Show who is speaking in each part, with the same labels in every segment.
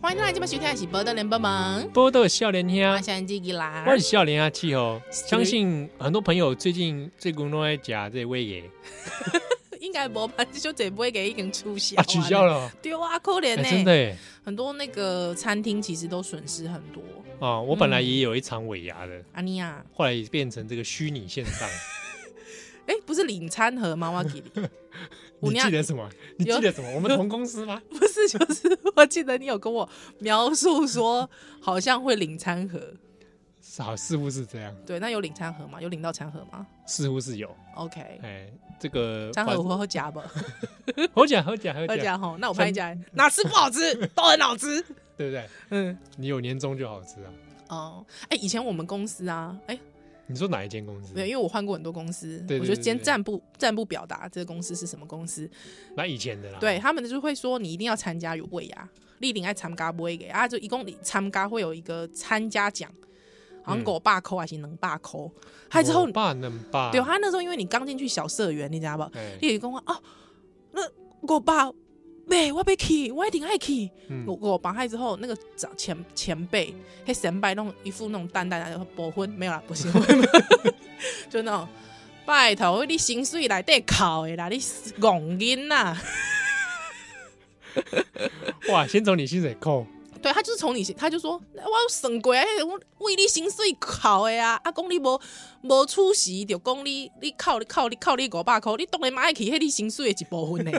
Speaker 1: 欢迎大家今晚收听的是《波多连帮忙》，
Speaker 2: 波豆笑脸听
Speaker 1: 我
Speaker 2: 啊
Speaker 1: 是，安吉吉啦
Speaker 2: 我。是笑脸啊，气候。
Speaker 1: 是
Speaker 2: 相信很多朋友最近最近都在讲这位爷
Speaker 1: 应该无吧？这小姐不会给已经取消
Speaker 2: 啊，取消
Speaker 1: 了。
Speaker 2: 了，
Speaker 1: 对啊，可怜
Speaker 2: 哎，
Speaker 1: 呢、
Speaker 2: 真的耶
Speaker 1: 很多那个餐厅其实都损失很多。
Speaker 2: 啊！我本来
Speaker 1: 嗯
Speaker 2: 也有一场尾牙的，
Speaker 1: 阿尼啊亚，
Speaker 2: 后来也变成这个虚拟 线上。
Speaker 1: 哎、不是领餐盒吗？我给 你，我
Speaker 2: 你
Speaker 1: 那
Speaker 2: 记得什么？你
Speaker 1: 有
Speaker 2: 记得什么？我们同公 司吗？
Speaker 1: 不是，就是我记得你有跟我描述说，好像会领餐盒。
Speaker 2: 好，似乎是这样，
Speaker 1: 对，那有领餐盒吗？有领到餐盒吗
Speaker 2: 似乎是有。
Speaker 1: ？OK，
Speaker 2: 哎，这个
Speaker 1: 餐盒我会夹吧，
Speaker 2: 好假好假好
Speaker 1: 会
Speaker 2: 假，
Speaker 1: 夹吼。那我拍夹，哪吃不好吃，都很好吃。
Speaker 2: 对不对？
Speaker 1: 嗯，
Speaker 2: 你有年终就好吃啊。
Speaker 1: 哦，哎，以前我们公司啊，哎，
Speaker 2: 你说哪一间公司啊
Speaker 1: 没？有，因为我换过很多公司，
Speaker 2: 嗯对对
Speaker 1: 我就先
Speaker 2: 对对
Speaker 1: 暂不暂不表达这个公司是什么公司。
Speaker 2: 那以前的啦。
Speaker 1: 对他们就会说你一定要参加有尾牙，立定爱参加不会给啊，就一共你参加会有一个参加奖，好像
Speaker 2: 嗯
Speaker 1: 狗爸扣还是能爸扣，还之后
Speaker 2: 我爸能爸。
Speaker 1: 对，他那时候因为你刚进去小社员，你知道吧？
Speaker 2: 哎，
Speaker 1: 你就讲哦，那我爸妹我要去，我一定爱去。
Speaker 2: 嗯
Speaker 1: 我我绑害之后，那个长前前辈，黑神拜弄一副那种淡淡的薄婚，没有啦，不是，就那种拜托你薪水来得考的啦，你戆囡呐，
Speaker 2: 哇，先从你薪水扣。
Speaker 1: 对他就是从你，他就说我有算过，那哎我为你薪水考的啊，啊讲你无无出席，就讲你你靠你靠你靠你五百块，你当然嘛爱去，迄你薪水的一部分呢。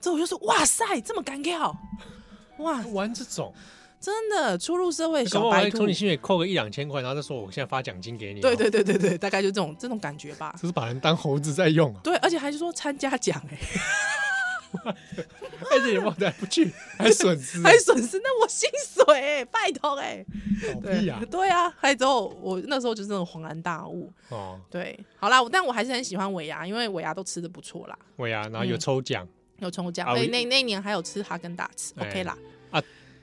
Speaker 1: 之后我就说哇塞，这么干尬，哇，
Speaker 2: 玩这种，
Speaker 1: 真的初入社会的
Speaker 2: 搞
Speaker 1: 哎小
Speaker 2: 不好
Speaker 1: 白
Speaker 2: 还
Speaker 1: 兔
Speaker 2: 从你。薪水扣个一两千块，然后再说我现在发奖金给你。哦
Speaker 1: 对，对对对对，大概就这种这种感觉吧。
Speaker 2: 这是把人当猴子在用啊！
Speaker 1: 对，而且还是说参加奖哎、
Speaker 2: 而且你忘带哎不去， 还损失，啊
Speaker 1: 还损失那我薪水哎、拜托哎、
Speaker 2: 搞屁
Speaker 1: 对
Speaker 2: 呀！
Speaker 1: 对啊，还有之后我那时候就真的恍然大悟。
Speaker 2: 哦，
Speaker 1: 对，好啦，我但我还是很喜欢尾牙，因为尾牙都吃的不错啦，
Speaker 2: 我呀，啊然后
Speaker 1: 嗯
Speaker 2: 有抽奖，
Speaker 1: 有抽奖，
Speaker 2: 啊
Speaker 1: 对，
Speaker 2: 我
Speaker 1: 那那一年还有吃哈根达斯
Speaker 2: 哎
Speaker 1: ，OK 啦，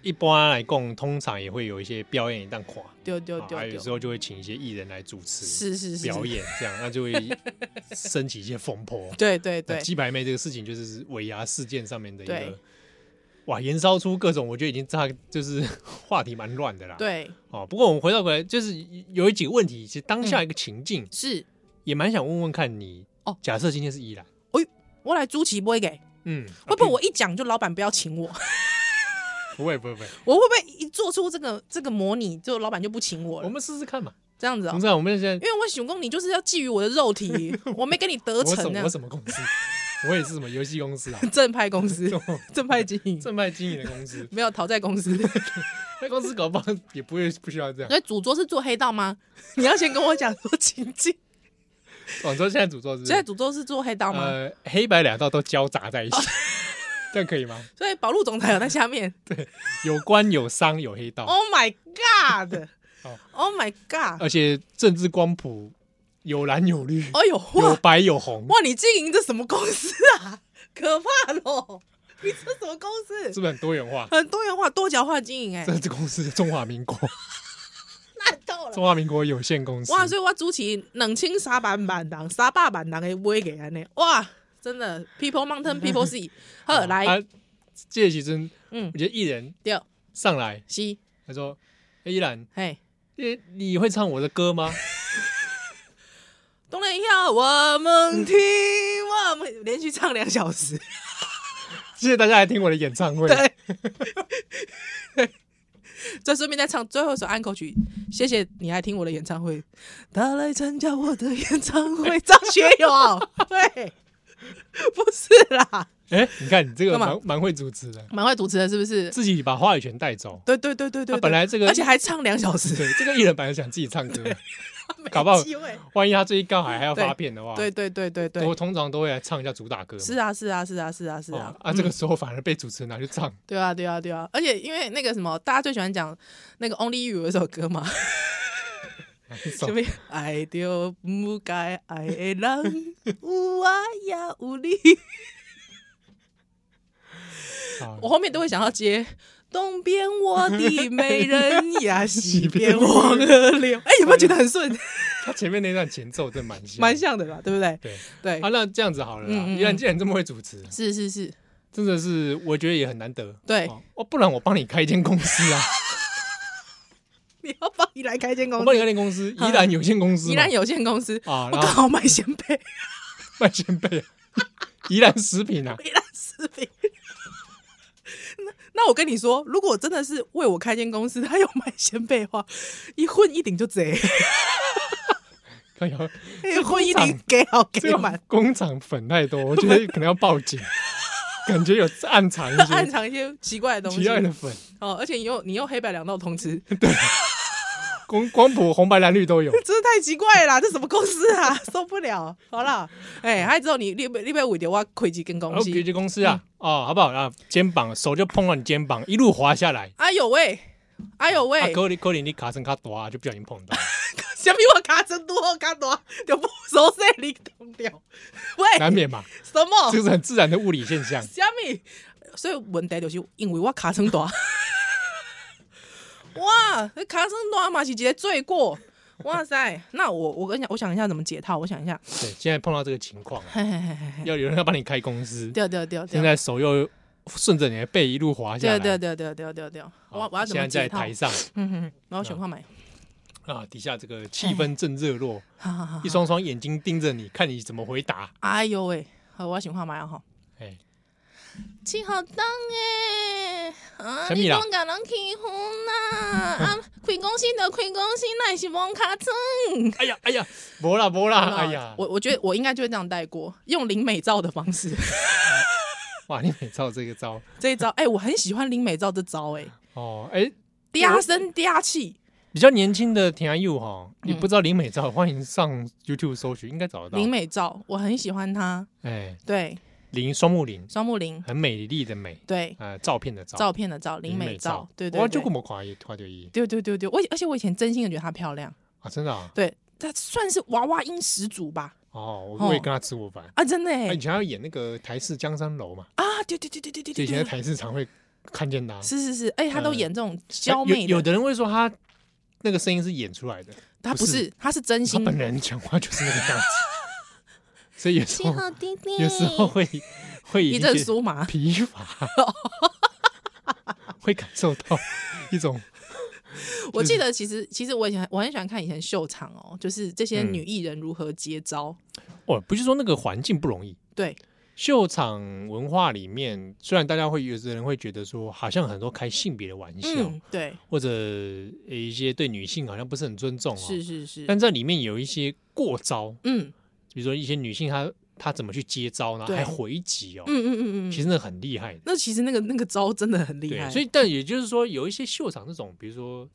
Speaker 2: 一般来讲，通常也会有一些表演一旦垮，
Speaker 1: 丢丢
Speaker 2: 啊
Speaker 1: 丢
Speaker 2: 还有
Speaker 1: 丢
Speaker 2: 时，候就会请一些艺人来主持
Speaker 1: 是是是，
Speaker 2: 表
Speaker 1: 是，
Speaker 2: 演，这样那就会升起一些风波。
Speaker 1: 对对对
Speaker 2: 那，啊鸡排妹这个事情就是尾牙事件上面的一
Speaker 1: 对
Speaker 2: 个，哇，延烧出各种，我觉得已经炸，就是 话题蛮乱的啦。，
Speaker 1: 对
Speaker 2: 哦，不过我们回到回来，就是有几个问题，其实当下一个情境、
Speaker 1: 是，
Speaker 2: 也蛮想问问看你。
Speaker 1: 嗯哦
Speaker 2: 假设今天是依兰，
Speaker 1: 我来朱奇不会给，
Speaker 2: 嗯，
Speaker 1: 会不会我一讲就老板不要请我？
Speaker 2: 不会不会不会，
Speaker 1: 我会不会一做出这个这个模拟，就老板就不请我
Speaker 2: 我
Speaker 1: 了？
Speaker 2: 们试试看嘛。
Speaker 1: 这样子哦
Speaker 2: 董事。长，我们现
Speaker 1: 因
Speaker 2: 在
Speaker 1: 为我想讲，你就是要觊觎我的肉体，我没跟你得
Speaker 2: 我
Speaker 1: 逞
Speaker 2: 什
Speaker 1: 那
Speaker 2: 么
Speaker 1: 样
Speaker 2: 我。什么公司？ 我也是什么游戏公司啊，
Speaker 1: 正派公司
Speaker 2: 这，种
Speaker 1: 正派经营，
Speaker 2: 正派经营的公司，
Speaker 1: 没有讨债公司。
Speaker 2: 那公司搞不好也不会不需要这样。
Speaker 1: 所以主桌是做黑道吗？你要先跟我讲说情境。
Speaker 2: 广哦州现在诅咒是不是
Speaker 1: 现在主桌是做黑道吗？
Speaker 2: 呃黑白两道都交杂在一起， 这样可以吗？
Speaker 1: 所以保路总裁有在下 面。
Speaker 2: 有官有商有黑道，
Speaker 1: Oh my god！
Speaker 2: 哦
Speaker 1: Oh my god！
Speaker 2: 而且政治光谱有蓝有绿，
Speaker 1: 哎呦
Speaker 2: 有
Speaker 1: 哇
Speaker 2: 白有红，
Speaker 1: 哇，你经营这什么公司啊？ 可怕喽！ 你这什么公
Speaker 2: 是
Speaker 1: 司？
Speaker 2: 不是很多元化？
Speaker 1: 很多元化、多角化经营，哎，
Speaker 2: 政治公司中华民国，
Speaker 1: 烂透了。
Speaker 2: 中华民国有限公司。
Speaker 1: 哇，所以我主持冷清沙板板人、沙霸板人的买给安尼，哇，真的，People Mountain People Sea，好
Speaker 2: 啊
Speaker 1: 来，，
Speaker 2: 这其实
Speaker 1: 嗯
Speaker 2: 我，觉得艺人
Speaker 1: 对，
Speaker 2: 上来
Speaker 1: 是，
Speaker 2: 他说：“欸依然，
Speaker 1: 嘿，
Speaker 2: 你你会唱我的歌吗
Speaker 1: 东南亚我们听，我们连续唱两小时，？”
Speaker 2: 谢谢大家来听我的演唱会。
Speaker 1: 对，再顺便再唱最后一首安口曲，谢谢你来听我的演唱会，他来参加我的演唱会，张学友， 对，不是啦，
Speaker 2: 哎，你看你这个
Speaker 1: 干嘛
Speaker 2: 蛮蛮会主持的，
Speaker 1: 蛮会主持的，是不是？
Speaker 2: 自己把话语权带走。
Speaker 1: 对对对对对，
Speaker 2: 他本来这个
Speaker 1: 而且还唱两小时，
Speaker 2: 对，这个艺人本来想自己唱歌， 搞不好
Speaker 1: 没机会
Speaker 2: 万一他最近刚好还要发片的话，
Speaker 1: 对，对对对
Speaker 2: 我
Speaker 1: 对，
Speaker 2: 通常都会来唱一下主打歌嘛。
Speaker 1: 是啊是啊是啊是啊是啊
Speaker 2: 哦，啊，这个时候反而被主持人拿去唱，
Speaker 1: 对啊对啊对啊，而且因为那个什么，大家最喜欢讲那个 Only You 有一首歌嘛，
Speaker 2: 什
Speaker 1: 什么爱着不该爱的人，有 我也有你，
Speaker 2: 么
Speaker 1: 我
Speaker 2: 啊
Speaker 1: 后面都会想要接。东边我的美人呀，西边黄河流。 哎、有没有觉得很顺？
Speaker 2: 他前面那段前奏真的蛮像
Speaker 1: 蛮像的吧，对不对？
Speaker 2: 对
Speaker 1: 对，
Speaker 2: 啊。那这样子好了啦，
Speaker 1: 哎嗯嗯嗯
Speaker 2: 依然既然这么会主持，
Speaker 1: 是是是，
Speaker 2: 真的是我觉得也很难得。
Speaker 1: 对
Speaker 2: 哦，哦不然我帮你开一间公司 啊，
Speaker 1: 你要帮你来开间公
Speaker 2: 我帮你
Speaker 1: 司，
Speaker 2: 开间公司，宜兰有限公司嘛，
Speaker 1: 宜兰有限公司，
Speaker 2: 啊，
Speaker 1: 哦我
Speaker 2: 然
Speaker 1: 刚
Speaker 2: 后
Speaker 1: 好卖鲜贝，
Speaker 2: 卖鲜贝， 宜兰食品啊，
Speaker 1: 宜兰食品。那那我跟你说，如果真的是为我开间公司，他有卖鲜贝的话，一混一顶就 贼，
Speaker 2: 可以啊，
Speaker 1: 一混一顶给好
Speaker 2: 这
Speaker 1: 给
Speaker 2: 个
Speaker 1: 满，
Speaker 2: 工厂粉太多，我觉得可能要报 警，感觉有暗藏一
Speaker 1: 暗
Speaker 2: 些
Speaker 1: 藏一些奇怪的东
Speaker 2: 奇
Speaker 1: 西
Speaker 2: 怪的粉，
Speaker 1: 哦，而且你又你又黑白两道通吃，
Speaker 2: 光光谱红白蓝绿都有。
Speaker 1: 真的太奇怪了啦，这什么公司啊，受不了！好啦，哎、还之后你你你被为着我开一间
Speaker 2: 然
Speaker 1: 公
Speaker 2: 后
Speaker 1: 司，
Speaker 2: 别的公司
Speaker 1: 嗯
Speaker 2: 啊，哦，好不好啊？肩膀手就碰到你肩膀，一路滑下来，
Speaker 1: 哎呦喂，哎呦喂
Speaker 2: 啊，，可能可能你卡身卡多啊，就不小心 碰到。
Speaker 1: 什么我卡真多卡多，就不熟悉你懂掉，喂，
Speaker 2: 难免嘛，
Speaker 1: 什么。
Speaker 2: 这？是很自然的物理现象
Speaker 1: 虾米？所以问题就是因为我卡成大，哇，那卡成大嘛是一个罪过。哇塞，那我我跟你讲，我想一下怎么解套，我想一下，
Speaker 2: 对，现在碰到这个情况，啊
Speaker 1: 嘿嘿嘿嘿嘿，
Speaker 2: 要有人要帮你开公司，
Speaker 1: 掉掉掉掉
Speaker 2: 现，在手又顺着你的背一路滑下
Speaker 1: 掉
Speaker 2: 来。
Speaker 1: 掉掉掉掉掉掉，
Speaker 2: 好
Speaker 1: 我我要怎么
Speaker 2: 现在
Speaker 1: 解
Speaker 2: 在
Speaker 1: 套？
Speaker 2: 台上
Speaker 1: 嗯嗯，然后选块买，
Speaker 2: 啊，底下这个气氛正热络，
Speaker 1: 好好好
Speaker 2: 一，双双眼睛盯着你，看你怎么回答。
Speaker 1: 哎呦喂，好，我要选块买啊吼。
Speaker 2: 哎，
Speaker 1: 气好重诶！啊，
Speaker 2: 什么啦
Speaker 1: 你讲甲人欺负 啦！啊，开公司就开公司，那是蒙卡村。
Speaker 2: 哎呀，哎呀，没啦 没啦，哎呀，
Speaker 1: 我我觉得我应该就会这样带过，用林美照的方式。
Speaker 2: 哇，你每招这个招
Speaker 1: 这一招，哎、我很喜欢林美照这招、哎，
Speaker 2: 哦，哎，
Speaker 1: 嗲声嗲气，
Speaker 2: 比较年轻的田佑哈，你不知道林美照，欢迎上 YouTube 搜寻，应该找
Speaker 1: 嗯
Speaker 2: 得
Speaker 1: 林
Speaker 2: 到。
Speaker 1: 美照，我很喜欢她。
Speaker 2: 哎，
Speaker 1: 对，
Speaker 2: 林双木林，
Speaker 1: 双木林，
Speaker 2: 很美丽的美，
Speaker 1: 对，
Speaker 2: 呃，照片的照
Speaker 1: 照，片的照，林美照，对对
Speaker 2: 我就
Speaker 1: 对
Speaker 2: 这，么夸一夸就一
Speaker 1: 对对对对，我以而且我以前真心的觉得她漂亮，
Speaker 2: 啊，真的啊，
Speaker 1: 对，她算是娃娃音十足吧，
Speaker 2: 哦，
Speaker 1: 哦
Speaker 2: 我我也跟他吃过饭。
Speaker 1: 啊，真的、
Speaker 2: 他
Speaker 1: 哎
Speaker 2: 以前要演那个台式江山楼嘛，
Speaker 1: 啊，对对对对对对
Speaker 2: 就以
Speaker 1: 对
Speaker 2: 前在
Speaker 1: 对，
Speaker 2: 台式常会看见他。
Speaker 1: 是是是，哎、她都
Speaker 2: 呃
Speaker 1: 演这种娇
Speaker 2: 有
Speaker 1: 媚
Speaker 2: 有
Speaker 1: 的，
Speaker 2: 的人会说他那个声音是演出来的，
Speaker 1: 她不
Speaker 2: 不是
Speaker 1: 是，她是真
Speaker 2: 他
Speaker 1: 心。
Speaker 2: 本人讲话就是那个 样子，所以有时
Speaker 1: 幸
Speaker 2: 候
Speaker 1: 好弟弟，
Speaker 2: 有时候会会有
Speaker 1: 一阵
Speaker 2: 些
Speaker 1: 酥 麻，
Speaker 2: 疲 乏，会感受到一种
Speaker 1: 我
Speaker 2: 就是
Speaker 1: 记得其实其实我以前我很喜欢看以前秀场哦，就是这
Speaker 2: 嗯
Speaker 1: 些女艺人如何接招。
Speaker 2: 哦，不是说那个环境不容易，
Speaker 1: 对，
Speaker 2: 秀场文化里面，虽然大家会有的人会觉得说，好像很多开性别的玩笑，
Speaker 1: 嗯，对，
Speaker 2: 或者呃一些对女性好像不是很尊重哦，
Speaker 1: 是是是，
Speaker 2: 但这里面有一些过招，
Speaker 1: 嗯
Speaker 2: 比如说一些女性她她怎么去接招呢？
Speaker 1: 对
Speaker 2: 还回击哦
Speaker 1: 嗯，嗯嗯嗯
Speaker 2: 其
Speaker 1: 嗯，
Speaker 2: 实那很厉害的。
Speaker 1: 那其实那个那个招真的很厉害，
Speaker 2: 对，所以但也就是说，有一些秀场这种，比如说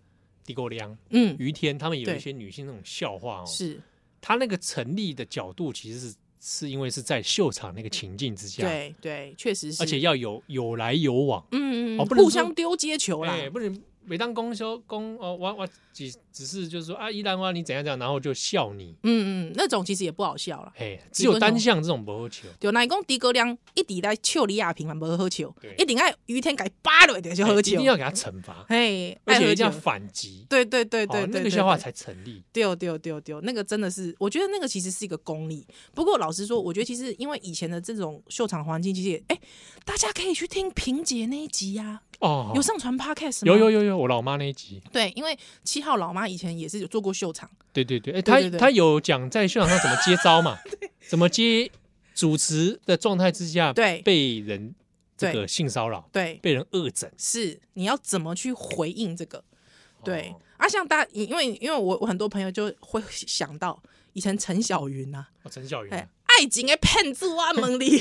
Speaker 2: 地沟梁、
Speaker 1: 嗯
Speaker 2: 于天，他们有
Speaker 1: 对
Speaker 2: 一些女性那种笑话哦，
Speaker 1: 是
Speaker 2: 他那个成立的角度其实是是因为是在秀场那个情境之下，
Speaker 1: 对对，确实是，
Speaker 2: 而且要有有来有往。
Speaker 1: 嗯嗯
Speaker 2: 哦
Speaker 1: 嗯
Speaker 2: 不能
Speaker 1: 互
Speaker 2: 说
Speaker 1: 相丢接球啦嗯
Speaker 2: 哎、，不能每当公休公哦，我我只只是就是说啊，依兰花你怎样怎样，然后就笑你。
Speaker 1: 嗯嗯，那种其实也不好笑啦。
Speaker 2: 哎、只有单项这种不好球，
Speaker 1: 就那讲狄格亮一直在笑李亚平嘛，无好笑
Speaker 2: 对，
Speaker 1: 一定爱于天改扒落就
Speaker 2: 哎
Speaker 1: 好笑
Speaker 2: 一定，要给他惩罚，
Speaker 1: 嘿，
Speaker 2: 而
Speaker 1: 爱
Speaker 2: 且
Speaker 1: 喝
Speaker 2: 一
Speaker 1: 酒
Speaker 2: 定要，反击。
Speaker 1: 对对对对
Speaker 2: 哦
Speaker 1: 对，
Speaker 2: 那个
Speaker 1: 对
Speaker 2: 笑话
Speaker 1: 对
Speaker 2: 才成立。
Speaker 1: 丢丢丢丢，那个真的是，我觉得那个其实是一个功力。不过老实说，我觉得其实因为以前的这种秀场环境，其实也哎、大家可以去听萍姐那一集呀、
Speaker 2: 哦
Speaker 1: 有，上传 podcast 吗？
Speaker 2: 有有有有，我老妈那一集，
Speaker 1: 对，因为七号老妈以前也是有做过秀场，
Speaker 2: 对对对，
Speaker 1: 对
Speaker 2: 哎、她
Speaker 1: 对
Speaker 2: 她有讲在秀场上怎么接招 嘛，怎么接主持的状态之下，
Speaker 1: 对
Speaker 2: 被人这
Speaker 1: 对
Speaker 2: 个性骚扰，
Speaker 1: 对，
Speaker 2: 被人恶整，
Speaker 1: 是你要怎么去回应这个？对、
Speaker 2: 哦
Speaker 1: 啊，像大家，因因为因为我我很多朋友就会想到以前陈小云呐、
Speaker 2: 哦陈小云
Speaker 1: 哎
Speaker 2: 啊，
Speaker 1: 爱情的骗子我问 你。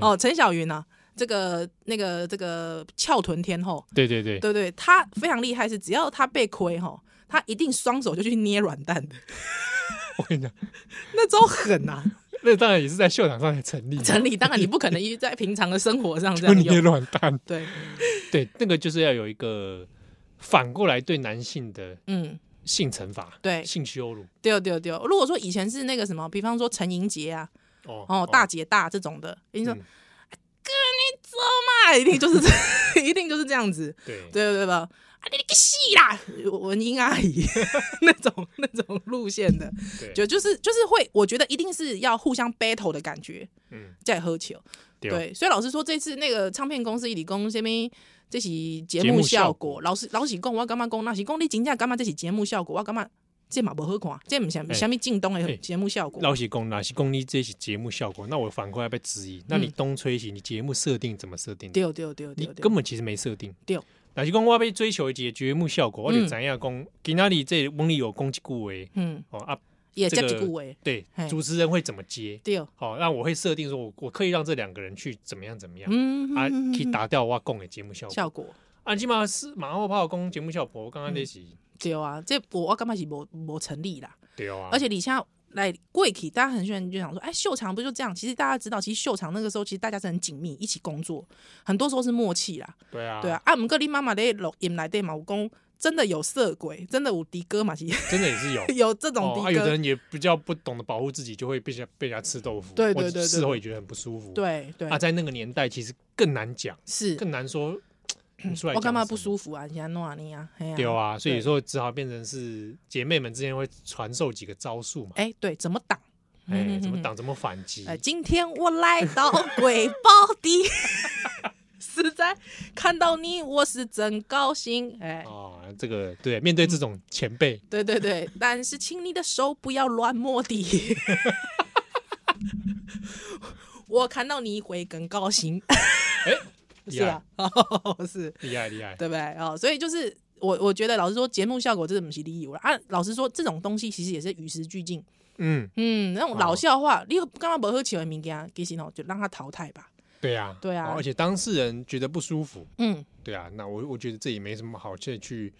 Speaker 1: 哦，陈小云呐、这个那个这个翘臀天后。
Speaker 2: 对对对，
Speaker 1: 对对，他非常厉害，是只要他被亏哈，他一定双手就去捏软蛋的，
Speaker 2: 我跟你讲，
Speaker 1: 那招狠 呐、
Speaker 2: 那当然也是在秀场上才成立 的，
Speaker 1: 整理当然你不可能一直在平常的生活 上这
Speaker 2: 就
Speaker 1: 样
Speaker 2: 你也
Speaker 1: 用，
Speaker 2: 乱弹。
Speaker 1: 对，
Speaker 2: 对，那个就是要有一个反过来对男性的
Speaker 1: 嗯，
Speaker 2: 性惩罚，
Speaker 1: 对
Speaker 2: 性羞辱。
Speaker 1: 对对对。如果说以前是那个什么，比方说陈莹杰啊，
Speaker 2: 哦
Speaker 1: 哦，大姐大这种的，你说、哎
Speaker 2: 嗯
Speaker 1: 哥你走嘛，一定就是这 一定就是这样子，
Speaker 2: 对
Speaker 1: 对对对吧？啊，你个死啦，文英阿姨 那种那种路线的，
Speaker 2: 对，
Speaker 1: 就就是就是会，我觉得一定是要互相 battle 的感觉
Speaker 2: 嗯，
Speaker 1: 在喝酒。
Speaker 2: 对哦
Speaker 1: 对，所以老实说，这次那个唱片公司里公这边这是节
Speaker 2: 节目
Speaker 1: 目
Speaker 2: 效
Speaker 1: 效
Speaker 2: 果
Speaker 1: 果，老实老实讲，我感觉讲那是讲你真正感觉这是节目效果，我感觉这嘛不好看，这不像
Speaker 2: 哎
Speaker 1: 什么京东
Speaker 2: 哎
Speaker 1: 的节目效果。
Speaker 2: 老喜公哪喜公你这些节目效果，那我反过来被质疑，那你
Speaker 1: 嗯
Speaker 2: 东吹西，你节目设定怎么设定的？
Speaker 1: 对对对
Speaker 2: 你
Speaker 1: 对对
Speaker 2: 根，本其实没设定。
Speaker 1: 对，
Speaker 2: 哪是讲我被追求一个节目效果，我就
Speaker 1: 嗯
Speaker 2: 怎样讲，今哪里这翁里有攻击顾维
Speaker 1: 嗯，
Speaker 2: 哦啊，
Speaker 1: 也
Speaker 2: 这
Speaker 1: 接
Speaker 2: 个
Speaker 1: 一句话，
Speaker 2: 对，
Speaker 1: 嘿
Speaker 2: 主持人会怎么接？
Speaker 1: 对，
Speaker 2: 好、那我会设定说我，我可以让这两个人去怎么样怎么样、
Speaker 1: 嗯，
Speaker 2: 啊，
Speaker 1: 嗯
Speaker 2: 可以
Speaker 1: 嗯
Speaker 2: 达到我供的节目
Speaker 1: 嗯
Speaker 2: 效果。
Speaker 1: 效果。
Speaker 2: 啊，起码是马后炮攻节目效果，我刚刚那是、
Speaker 1: 对啊，这我我感觉是无无成立啦，
Speaker 2: 对啊，
Speaker 1: 而且李像来过去，大家很喜欢就想说，哎，秀场不就这样？其实大家知道，其实秀场那个时候，其实大家是很紧密，一起工作，很多时候是默契啦。
Speaker 2: 对啊，
Speaker 1: 对啊，，啊，毋过你妈妈咧录音内底嘛，有讲真的有色鬼，真的有的哥嘛，是
Speaker 2: 真的也是有。
Speaker 1: 有这种
Speaker 2: 哦哦，啊，
Speaker 1: 的
Speaker 2: 有的
Speaker 1: 哥。
Speaker 2: 人也比较不懂得保护自己，就会被人家被人家吃豆腐，
Speaker 1: 对对
Speaker 2: 或者
Speaker 1: 对对
Speaker 2: 事后也觉得很不舒服。
Speaker 1: 对对
Speaker 2: 啊，，在那个年代其实更难讲，
Speaker 1: 是
Speaker 2: 更难说 你出来。
Speaker 1: 我干嘛不舒服啊？你现在弄啊你啊，哎
Speaker 2: 对
Speaker 1: 呀，
Speaker 2: 啊，所以
Speaker 1: 对
Speaker 2: 说只好变成是姐妹们之间会传授几个招数嘛，
Speaker 1: 哎，对，怎么挡？
Speaker 2: 哎，怎么
Speaker 1: 嗯？
Speaker 2: 挡，怎么反击
Speaker 1: 哎，，今天我来到鬼包地， 实在看到你，我是真高兴，哎。
Speaker 2: 啊，这个对，面对这种前辈，
Speaker 1: 对对对，但是请你的手不要乱摸地。我看到你会更高兴，
Speaker 2: 哎，
Speaker 1: 是啊， 是，
Speaker 2: 厉害厉害，
Speaker 1: 嗯对不对？哦，所以就是我我觉得，老实说，节目效果真的不是理由啦。啊，老实说，这种东西其实也是与时俱进。
Speaker 2: 嗯，
Speaker 1: 嗯，那种老笑话，你干嘛不喝起文明给他给哦，就让他淘汰吧。
Speaker 2: 对啊，
Speaker 1: 对啊
Speaker 2: 哦而且当事人觉得不舒服，
Speaker 1: 嗯，
Speaker 2: 对啊，那我我觉得这也没什么好去去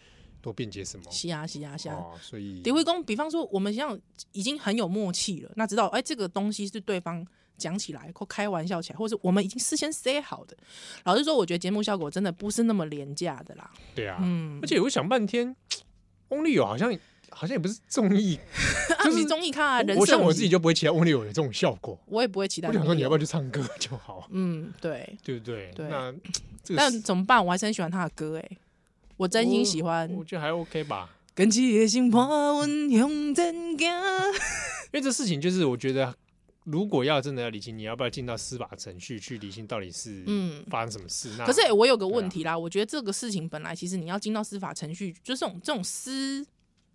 Speaker 2: 多辩解什么，
Speaker 1: 是啊，是啊，是啊。
Speaker 2: 哦，所以
Speaker 1: 迪惠公，比方说我们像已经很有默契了，那知道哎、这个东西是对方讲起来或开玩笑起来，或者我们已经事先 say 好的。老实说，我觉得节目效果真的不是那么廉价的啦。
Speaker 2: 对啊，
Speaker 1: 嗯
Speaker 2: 而，且我想半天，翁立友好像好像也不是综艺，
Speaker 1: 啊，
Speaker 2: 就是
Speaker 1: 你综艺看啊，人
Speaker 2: 我
Speaker 1: 设啊
Speaker 2: 像我
Speaker 1: 不
Speaker 2: 自己
Speaker 1: 是，
Speaker 2: 就不会期待翁立友有这种效果，
Speaker 1: 我也不会期待。
Speaker 2: 我想说你要不要？去唱歌就好，
Speaker 1: 嗯，对。
Speaker 2: 对不对？
Speaker 1: 对
Speaker 2: 那这个
Speaker 1: 但
Speaker 2: 是
Speaker 1: 怎么办？我还是很喜欢他的歌哎、我真心喜欢。
Speaker 2: 我觉得还 OK 吧，
Speaker 1: 跟起的心伴阮向前行。
Speaker 2: 因为这事情就是我觉得。如果要真的要理清，你要不要进到司法程序去理清到底是
Speaker 1: 嗯
Speaker 2: 发生什么事？那
Speaker 1: 可是、欸我有个问
Speaker 2: 啊
Speaker 1: 题啦，我觉得这个事情本来其实你要进到司法程序，就这种这种私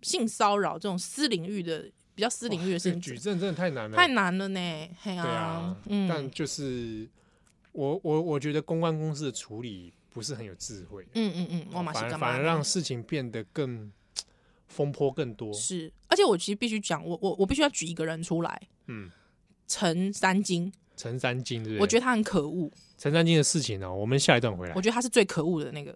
Speaker 1: 性骚扰这种私领域的比较私领域的
Speaker 2: 这
Speaker 1: 事
Speaker 2: 个哦举
Speaker 1: 情，
Speaker 2: 证真的太难了，
Speaker 1: 太难了呢。嘿
Speaker 2: 对啊，但
Speaker 1: 嗯
Speaker 2: 就是我我我觉得公关公司的处理不是很有智慧，啊
Speaker 1: 嗯嗯嗯，我马西
Speaker 2: 哦反而
Speaker 1: 干
Speaker 2: 反
Speaker 1: 嘛
Speaker 2: 而
Speaker 1: 呢？
Speaker 2: 让事情变得更风波更多。
Speaker 1: 是，而且我其实必须讲，我我我必须要举一个人出来，
Speaker 2: 嗯，
Speaker 1: 陈三金，
Speaker 2: 陈三金对不对？
Speaker 1: 我觉
Speaker 2: 得
Speaker 1: 得他很可恶，
Speaker 2: 陈三金的事情呢、哦我们下一段回来
Speaker 1: 我。觉得他是最可恶的那个。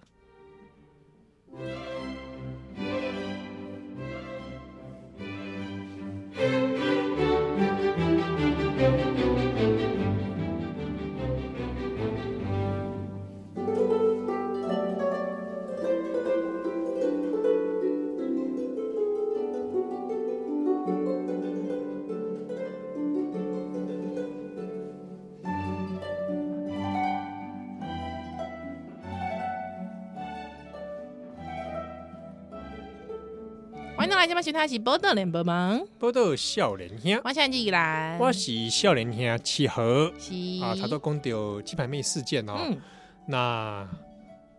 Speaker 1: 欢迎大家来这边收听的是《波特联播忙》，
Speaker 2: 波豆笑脸兄，
Speaker 1: 我现在是依兰，
Speaker 2: 我是笑脸兄七和
Speaker 1: 是
Speaker 2: 啊，他都讲到鸡排妹事件哦。
Speaker 1: 嗯
Speaker 2: 那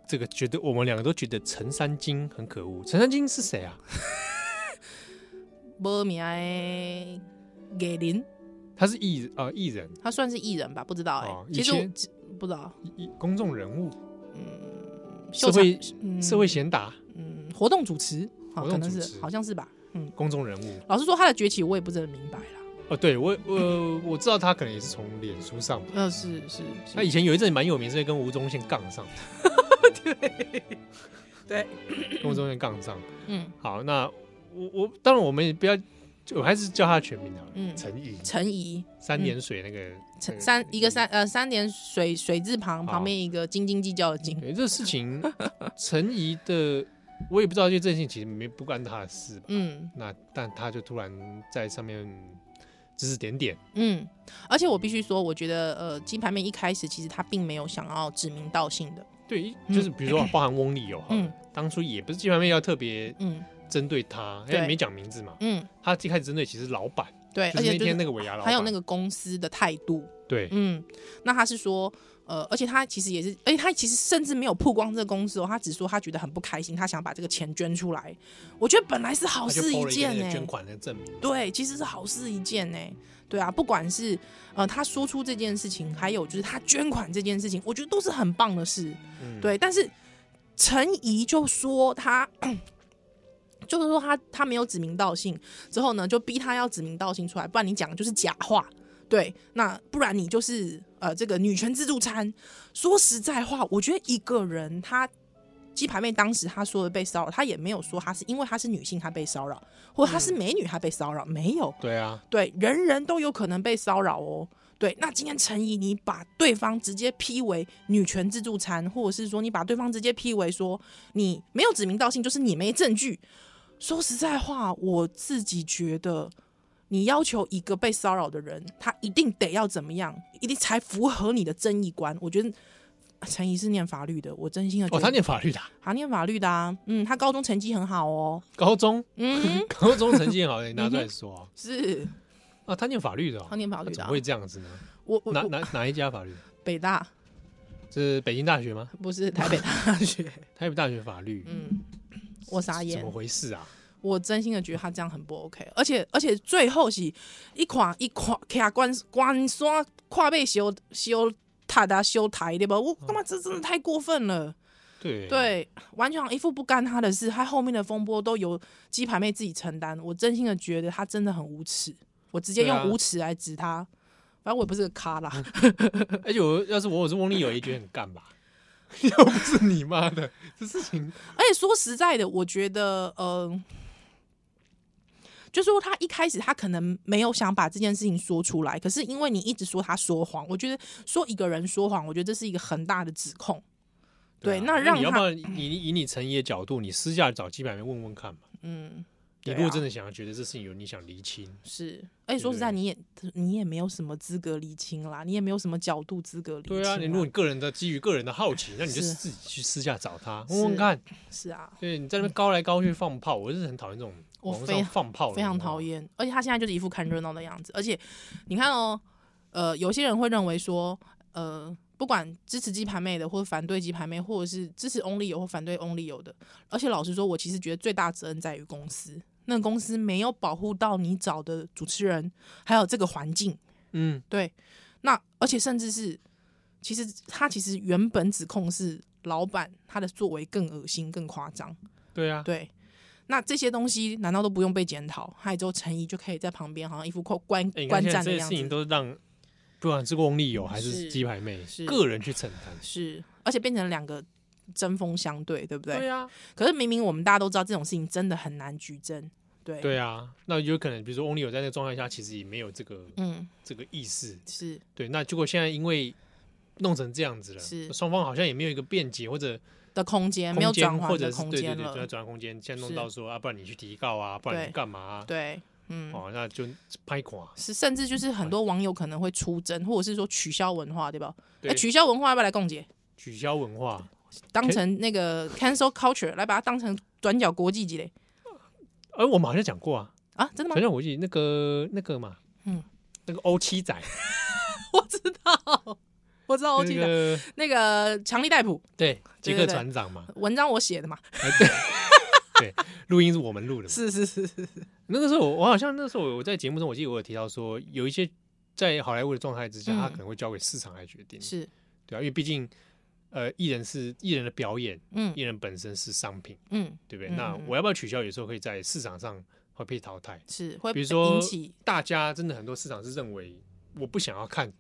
Speaker 2: 这个觉得我们两个都觉得陈三金很可恶。陈三金是谁啊？
Speaker 1: 无名的nghệ 林。
Speaker 2: 他是艺人呃艺人
Speaker 1: 他算是艺人吧？不知道哎、
Speaker 2: 哦以
Speaker 1: 其实我
Speaker 2: 前
Speaker 1: 只不知道。
Speaker 2: 艺艺公众人物，
Speaker 1: 嗯，
Speaker 2: 社
Speaker 1: 秀
Speaker 2: 会
Speaker 1: 场嗯
Speaker 2: 社会贤达，
Speaker 1: 嗯活动主持，好、
Speaker 2: 活动
Speaker 1: 可能
Speaker 2: 主
Speaker 1: 是
Speaker 2: 持
Speaker 1: 好像是吧。嗯，
Speaker 2: 公众人物。
Speaker 1: 老实说，他的崛起我也不是很明白啦。
Speaker 2: 哦，对我我我知道他可能也是从脸书上，
Speaker 1: 呃，是是是，
Speaker 2: 嗯他以前有一阵蛮有名，是因为跟吴宗宪杠上，
Speaker 1: 对，
Speaker 2: 跟吴宗宪杠上。
Speaker 1: 嗯
Speaker 2: 好，那我我当然我们也不要，就我还是叫他的全名好了，
Speaker 1: 嗯
Speaker 2: 陈怡，
Speaker 1: 陈怡，
Speaker 2: 三点水那个
Speaker 1: 陈三一个，三呃三点水水字旁
Speaker 2: 嗯好
Speaker 1: 旁边一个斤斤计较的斤
Speaker 2: 那。对这事情嗯 陈怡的我也不知道，因为这件事情其实没不关他的事吧。
Speaker 1: 嗯，
Speaker 2: 那但他就突然在上面指指点点，
Speaker 1: 嗯，而且我必须说，我觉得呃，金牌妹一开始其实她并没有想要指名道姓的，
Speaker 2: 对，嗯就是比 如说包含翁立友哈，
Speaker 1: 嗯
Speaker 2: 当初也不是金牌妹要特别
Speaker 1: 嗯
Speaker 2: 针对他，因
Speaker 1: 对
Speaker 2: 为没讲名字嘛，
Speaker 1: 嗯，
Speaker 2: 他一开始针对其实老板，
Speaker 1: 对，哎
Speaker 2: 就
Speaker 1: 而且
Speaker 2: 是那
Speaker 1: 就
Speaker 2: 天
Speaker 1: 是
Speaker 2: 那个尾牙老板，
Speaker 1: 还有那个公司的态度，
Speaker 2: 对，
Speaker 1: 嗯，那他是说，呃，而且他其实也是，而且他其实甚至没有曝光这个公司哦，他只说他觉得很不开心，他想把这个钱捐出来。我觉得本来是好
Speaker 2: 他就
Speaker 1: 事
Speaker 2: po 了
Speaker 1: 件欸
Speaker 2: 个
Speaker 1: 呢、
Speaker 2: 那个捐款的证明，
Speaker 1: 对，其实是好事一件呢、对啊，不管是呃他说出这件事情，还有就是他捐款这件事情，我觉得都是很棒的事。
Speaker 2: 嗯，
Speaker 1: 对，但是陈怡就说他。 就是说他他没有指名道姓，之后呢就逼他要指名道姓出来，不然你讲的就是假话，对，那不然你就是呃这个女权自助餐。说实在话，我觉得一个人他鸡排妹当时她说的被骚扰，她也没有说她是因为她是女性她被骚扰，或她是美女她被骚扰，没有，
Speaker 2: 对啊，
Speaker 1: 对，人人都有可能被骚扰哦。对，那今天陈怡，你把对方直接批为女权自助餐，或者是说你把对方直接批为说你没有指名道姓，就是你没证据。说实在话，我自己觉得，你要求一个被骚扰的人，他一定得要怎么样，一定才符合你的正义观。我觉得陈怡是念法律的，我真心的觉
Speaker 2: 哦，
Speaker 1: 得、
Speaker 2: 他念法律的啊，
Speaker 1: 他念法律的啊，嗯，他高中成绩很好哦，
Speaker 2: 高中，
Speaker 1: 嗯
Speaker 2: 高中成绩很好，你拿出来说啊
Speaker 1: 是
Speaker 2: 啊，他念法律的哦，
Speaker 1: 他念法律的
Speaker 2: 怎
Speaker 1: 啊、
Speaker 2: 么会这样子呢？
Speaker 1: 我我
Speaker 2: 哪
Speaker 1: 我
Speaker 2: 哪哪一家法律？
Speaker 1: 北大。
Speaker 2: 是北京大学吗？
Speaker 1: 不是 台北大学。
Speaker 2: 台北大学法律？
Speaker 1: 嗯，我傻
Speaker 2: 怎
Speaker 1: 眼
Speaker 2: 么，回事啊？
Speaker 1: 我真心的觉得他这样很不 OK，而且而且最后是一款一款卡关关刷跨被修修塔的修台对吧？我干嘛这真的太过分了？
Speaker 2: 嗯对
Speaker 1: 对，完全好像一副不干他的事，他后面的风波都由鸡排妹自己承担。我真心的觉得他真的很无耻，我直接
Speaker 2: 对啊
Speaker 1: 用无耻来指他。反正我也不是个咖啦，
Speaker 2: 而且我要是我我是翁立友也觉得很 干吧， 又不是你妈的，这事情
Speaker 1: 而且说实在的，我觉得，呃，就说他一开始他可能没有想把这件事情说出来，可是因为你一直说他说谎，我觉得说一个人说谎，我觉得这是一个很大的指控。对
Speaker 2: 啊
Speaker 1: 那让
Speaker 2: 你要
Speaker 1: 他
Speaker 2: 不然以你以你陈爷角度，你私下找鸡百面问问看嘛。
Speaker 1: 嗯，
Speaker 2: 你
Speaker 1: 对啊
Speaker 2: 如果真的想要觉得这事情有你想厘清，
Speaker 1: 是。而且说实在，你也你也没有什么资格厘清啦，你也没有什么角度资格厘清
Speaker 2: 对
Speaker 1: 啦。
Speaker 2: 啊，你如果你个人的基于个人的 好奇，那你就是自己去私下找他
Speaker 1: 是
Speaker 2: 问问看。
Speaker 1: 是啊，
Speaker 2: 对，你在那边高来高去放炮，我是很讨厌这种
Speaker 1: 我
Speaker 2: 网
Speaker 1: 非
Speaker 2: 上
Speaker 1: 常
Speaker 2: 放炮的哦
Speaker 1: 非常
Speaker 2: 文化
Speaker 1: 讨。厌。而且他现在就是一副看热闹的样子。而且你看哦，呃，有些人会认为说，呃，不管支持鸡排妹的，或者反对鸡排妹，或者是支持 Only 有或反对 Only 有的，而且老实说，我其实觉得最大责任在于公司。那个公司没有保护到你找的主持人，还有这个环境，
Speaker 2: 嗯，
Speaker 1: 对，那而且甚至是，其实他其实原本指控是老板他的作为更恶心、更夸张，
Speaker 2: 对啊，
Speaker 1: 对，那这些东西难道都不用被检讨？还有之后陈怡就可以在旁边，好像一副观
Speaker 2: 哎你看
Speaker 1: 观
Speaker 2: 现在
Speaker 1: 战
Speaker 2: 这
Speaker 1: 的
Speaker 2: 些
Speaker 1: 样
Speaker 2: 事情
Speaker 1: 子。
Speaker 2: 都是让不管是翁立友还是
Speaker 1: 是
Speaker 2: 鸡排妹
Speaker 1: 是
Speaker 2: 个人去承担。
Speaker 1: 是，而且变成两个针锋相对，对不对？
Speaker 2: 对啊，
Speaker 1: 可是明明我们大家都知道这种事情真的很难举证，对，
Speaker 2: 对啊，那有可能比如说翁立友在那个状态下，其实也没有这个
Speaker 1: 嗯，
Speaker 2: 这个意识。
Speaker 1: 是
Speaker 2: 对，那结果现在因为弄成这样子了，
Speaker 1: 是
Speaker 2: 双方好像也没有一个辩解或者
Speaker 1: 的空间没有
Speaker 2: 空间
Speaker 1: 转
Speaker 2: 或
Speaker 1: 换
Speaker 2: 者
Speaker 1: 的
Speaker 2: 是
Speaker 1: 空
Speaker 2: 对对
Speaker 1: 间
Speaker 2: 对，
Speaker 1: 了
Speaker 2: 转，转换空间，现在弄
Speaker 1: 是
Speaker 2: 到说啊，不然你去提告啊，不然你
Speaker 1: 对
Speaker 2: 干嘛啊？
Speaker 1: 对，嗯。
Speaker 2: 哦，那就拍垮。
Speaker 1: 是，甚至就是很多网友可能会出征，或者是说取消文化，对吧？
Speaker 2: 对
Speaker 1: 哎，，取消文化要不要来共解？
Speaker 2: 取消文化，
Speaker 1: 当成那个 cancel culture 来把它当成转角国际级嘞？
Speaker 2: 哎，我们好像讲过啊，
Speaker 1: 啊，真的吗
Speaker 2: 转？角国际那个那个嘛，
Speaker 1: 嗯，
Speaker 2: 那个欧七 仔，
Speaker 1: 我知道，我知道，我记
Speaker 2: 那
Speaker 1: 得
Speaker 2: 个
Speaker 1: 那个强力逮捕
Speaker 2: 对杰
Speaker 1: 对
Speaker 2: 克
Speaker 1: 对
Speaker 2: 船长嘛，
Speaker 1: 文章我写的嘛，
Speaker 2: 哎对对，录音是我们录的嘛。
Speaker 1: 是是是是，
Speaker 2: 那个时候我我好像那时候我在节目中，我记得我有提到说，有一些在好莱坞的状态之下，
Speaker 1: 嗯
Speaker 2: 他可能会交给市场来决定，
Speaker 1: 是，
Speaker 2: 对啊，因为毕竟呃，艺人是艺人的表演，
Speaker 1: 嗯
Speaker 2: 艺人本身是商品，
Speaker 1: 嗯，
Speaker 2: 对不对？
Speaker 1: 嗯
Speaker 2: 那
Speaker 1: 嗯
Speaker 2: 我要不要取消？有时候可以在市场上会被淘汰。
Speaker 1: 是会
Speaker 2: 比如说
Speaker 1: 呃引起，
Speaker 2: 大家真的很多市场是认为我不想要看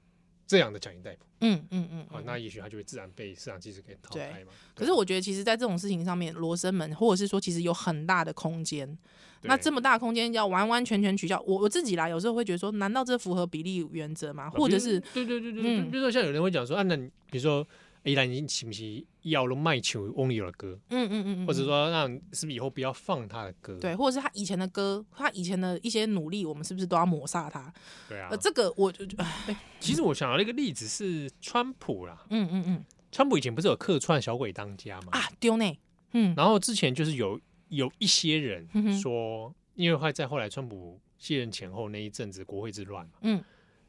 Speaker 2: 这样的强行逮捕
Speaker 1: 嗯嗯嗯，
Speaker 2: 啊
Speaker 1: 嗯，
Speaker 2: 那也许他就会自然被市场机制给淘汰嘛。
Speaker 1: 可是我觉得，其实，在这种事情上面，罗生门或者是说，其实有很大的空间。那这
Speaker 2: 么
Speaker 1: 么大的空间要完完全全取消，我我自己啦，有时候会觉得说，
Speaker 2: 哦
Speaker 1: 难道这符合比例原则吗？或者是
Speaker 2: 对对对对，
Speaker 1: 嗯
Speaker 2: 比如说像有人会讲说啊，那你比如说依然你是不是要了卖球 Only 的歌，
Speaker 1: 嗯嗯嗯嗯，嗯
Speaker 2: 或者说让是不是以后不要放他的歌？
Speaker 1: 对，或者是他以前的歌，他以前的一些努力，我们是不是都要抹杀他？
Speaker 2: 对啊
Speaker 1: 呃，，这个我就，哎
Speaker 2: 其实我想到一个例子是川普啦，
Speaker 1: 嗯嗯嗯
Speaker 2: 川普以前不是有客串《小鬼当家》嘛，
Speaker 1: 啊，丢内，嗯
Speaker 2: 然后之前就是有有一些人
Speaker 1: 嗯哼
Speaker 2: 说，因为后来在后来川普卸任前后那一阵子国会之乱嘛，
Speaker 1: 嗯